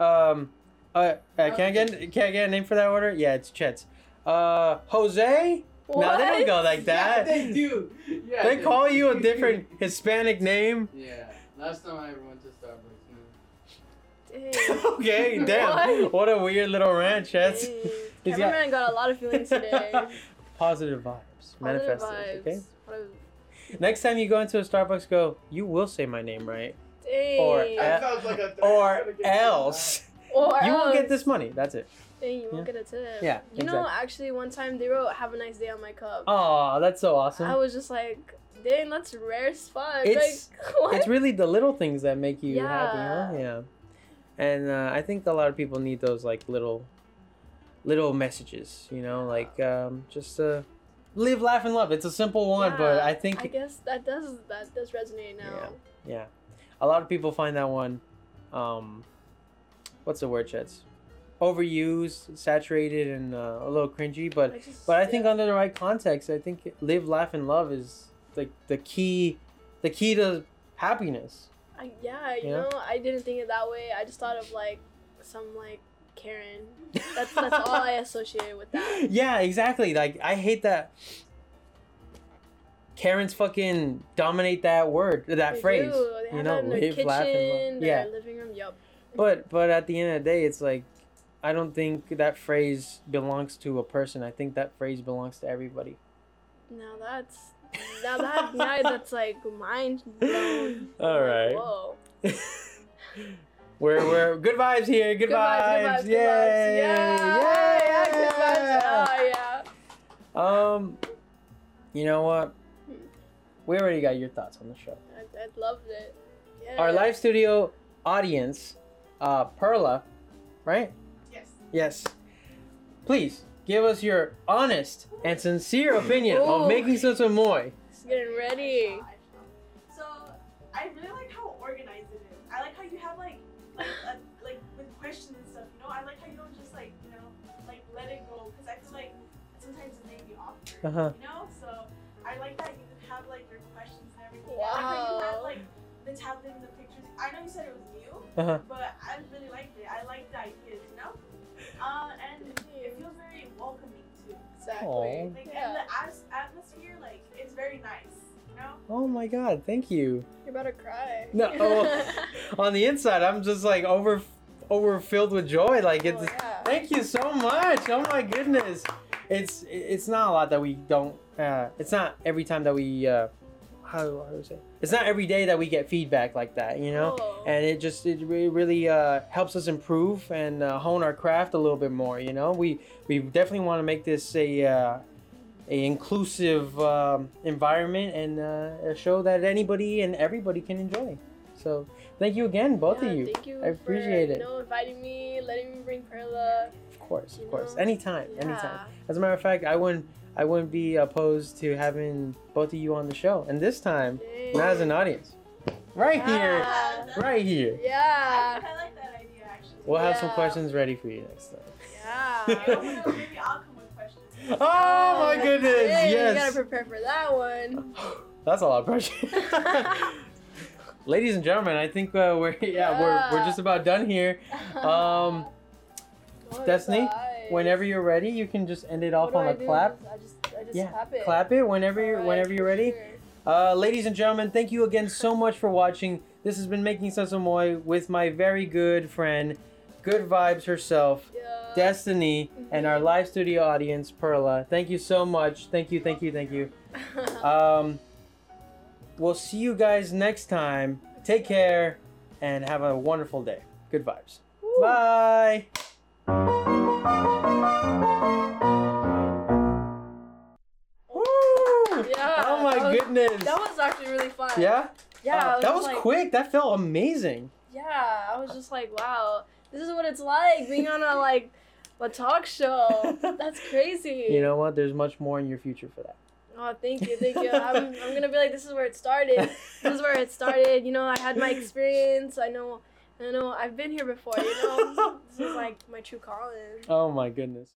um, uh, uh, can I get can I get a name for that order? Yeah, it's Chet's. Uh, Jose? No, they don't
What?
go like
[laughs] Yeah,
that.
they do. Yeah.
They call you
[laughs]
a different Hispanic name.
yeah. Last time I ever went to Starbucks.
[laughs]
No.
Dang.
okay, damn. What?
What?
a weird little ranch. That's
Dang.
He's got-
Cameraman got a lot
[laughs]
of feelings today.
positive vibes. Manifest
Positive
those, okay?
vibes. What a-
Next time you go into a Starbucks, go, you will say my name right.
Dang.
Or
That
Uh,
sounds like a threat. I'm
Or
gonna get
else,
Or
you won't
else-
get this money. That's it.
Dang, you won't
Yeah.
get a tip.
Yeah,
You know, actually, one time they wrote "Have a nice day" on my cup.
Aw, that's so
I
awesome.
was just like, dang, that's rare as fuck.
It's-
like, [laughs] what?
It's really the little things that make you happy, huh?
Yeah.
Yeah. And uh, I think a lot of people need those like little, little messages. You know, like um, just uh, live, laugh, and love. It's a simple one, but
Yeah,
I think
I guess that does that does resonate now.
a lot of people find that one um what's the word chats overused saturated and uh, a little cringy but
Like, just-
but i think
yeah.
under the right context i think live laugh and love is like the key the key to happiness
I, yeah, you
Yeah.
know, I didn't think it that way. I just thought of like some like Karen. That's that's all I associated with that.
yeah exactly like i hate that Karens fucking dominate that word, that
They
phrase.
do. They have
you
that
know,
in their
live,
kitchen,
laugh, and love.
their living room. Yup.
but but at the end of the day it's like i don't think that phrase belongs to a person i think that phrase belongs to everybody
Now that's now that now that's like mind blown.
[laughs] All
Like,
right.
Whoa.
[laughs] we're we're good vibes here good, vibes,
good vibes, good vibes.
yay
Yeah, yeah, good vibes. Oh, yeah.
um you know what we already got your thoughts on the show
I, I loved it. Yeah.
our live studio audience uh perla right
Yes.
Yes. Please give us your honest and sincere opinion on
Ooh.
making such a moy.
It's getting ready.
So I really like, uh, like with questions and stuff. You know, I like how you don't just like you know like let it go because I feel like sometimes it may be awkward.
Uh-huh.
You know, so I like that you have like your questions and everything. I like how you have
Wow.
like the tablet and the pictures. I know you said it was new,
Uh-huh.
but I really liked it. I liked the ideas. You know, uh, and it feels very welcoming too.
[laughs] Exactly.
Aw.
Like
Yeah.
and the as- atmosphere, like it's very nice. You know.
Oh my god, thank you.
You're about to cry. [laughs]
No, [laughs] oh. On the inside, I'm just like over overfilled with joy. Like it's
Oh, yeah.
Thank you so much. Oh my goodness. It's it's not a lot that we don't uh it's not every time that we uh how do I would say it's not every day that we get feedback like that, you know?
Cool.
And it just it really, really uh, helps us improve and uh, hone our craft a little bit more. You know, we we definitely want to make this a uh, a inclusive um, environment and uh, a show that anybody and everybody can enjoy. So thank you again, both
Yeah,
of you.
Thank you
I appreciate
for,
it.
You know, inviting me, letting me bring Perla.
Of course, of
you
course.
know,
Anytime,
yeah.
anytime. As a matter of fact, I wouldn't I wouldn't be opposed to having both of you on the show, and this time
Dang.
not as an audience, right here,
Yeah.
right here. [laughs]
Yeah.
I like that idea actually.
We'll have some
Yeah.
questions ready for you next time.
I don't
Yeah.
know, maybe I'll come with questions.
Oh my goodness!
Hey, You
yes,
gotta prepare for that one.
that's a lot of
[laughs]
pressure. Ladies and gentlemen, I think uh, we're [laughs] yeah, we're we're
Yeah.
just about done here.
[laughs]
Um,
Oh,
Destiny,
it's eyes.
whenever you're ready, you can just end it off
What
on
do I
a
do?
clap.
I just, I just
Yeah,
clap it.
Clap it whenever you're
Alright,
whenever you're
for
ready.
sure.
Uh, ladies and gentlemen, thank you again so much for watching. This has been Making Sense of Moi with my very good friend, Good Vibes herself,
Yeah. [laughs]
Destiny, and our live studio audience, Perla. Thank you so much. Thank you, thank you, thank you. Um, we'll see you guys next time. Take care and have a wonderful day. Good vibes. Bye. Woo!
Yeah,
oh my
that was-
goodness.
That was actually really fun.
yeah?
Yeah. I
Uh, that
just
was
like,
quick. That felt amazing.
Yeah. I was just like, wow, this is what it's like being on a like a talk
[laughs]
show. That's crazy.
You know what? There's much more in your future for that.
Oh, thank you, thank you. I'm, I'm gonna be like, this is where it started. This is where it started. You know, I had my experience. I know, I know, I've been here before. You know, this is like my true calling.
[laughs] Oh my goodness.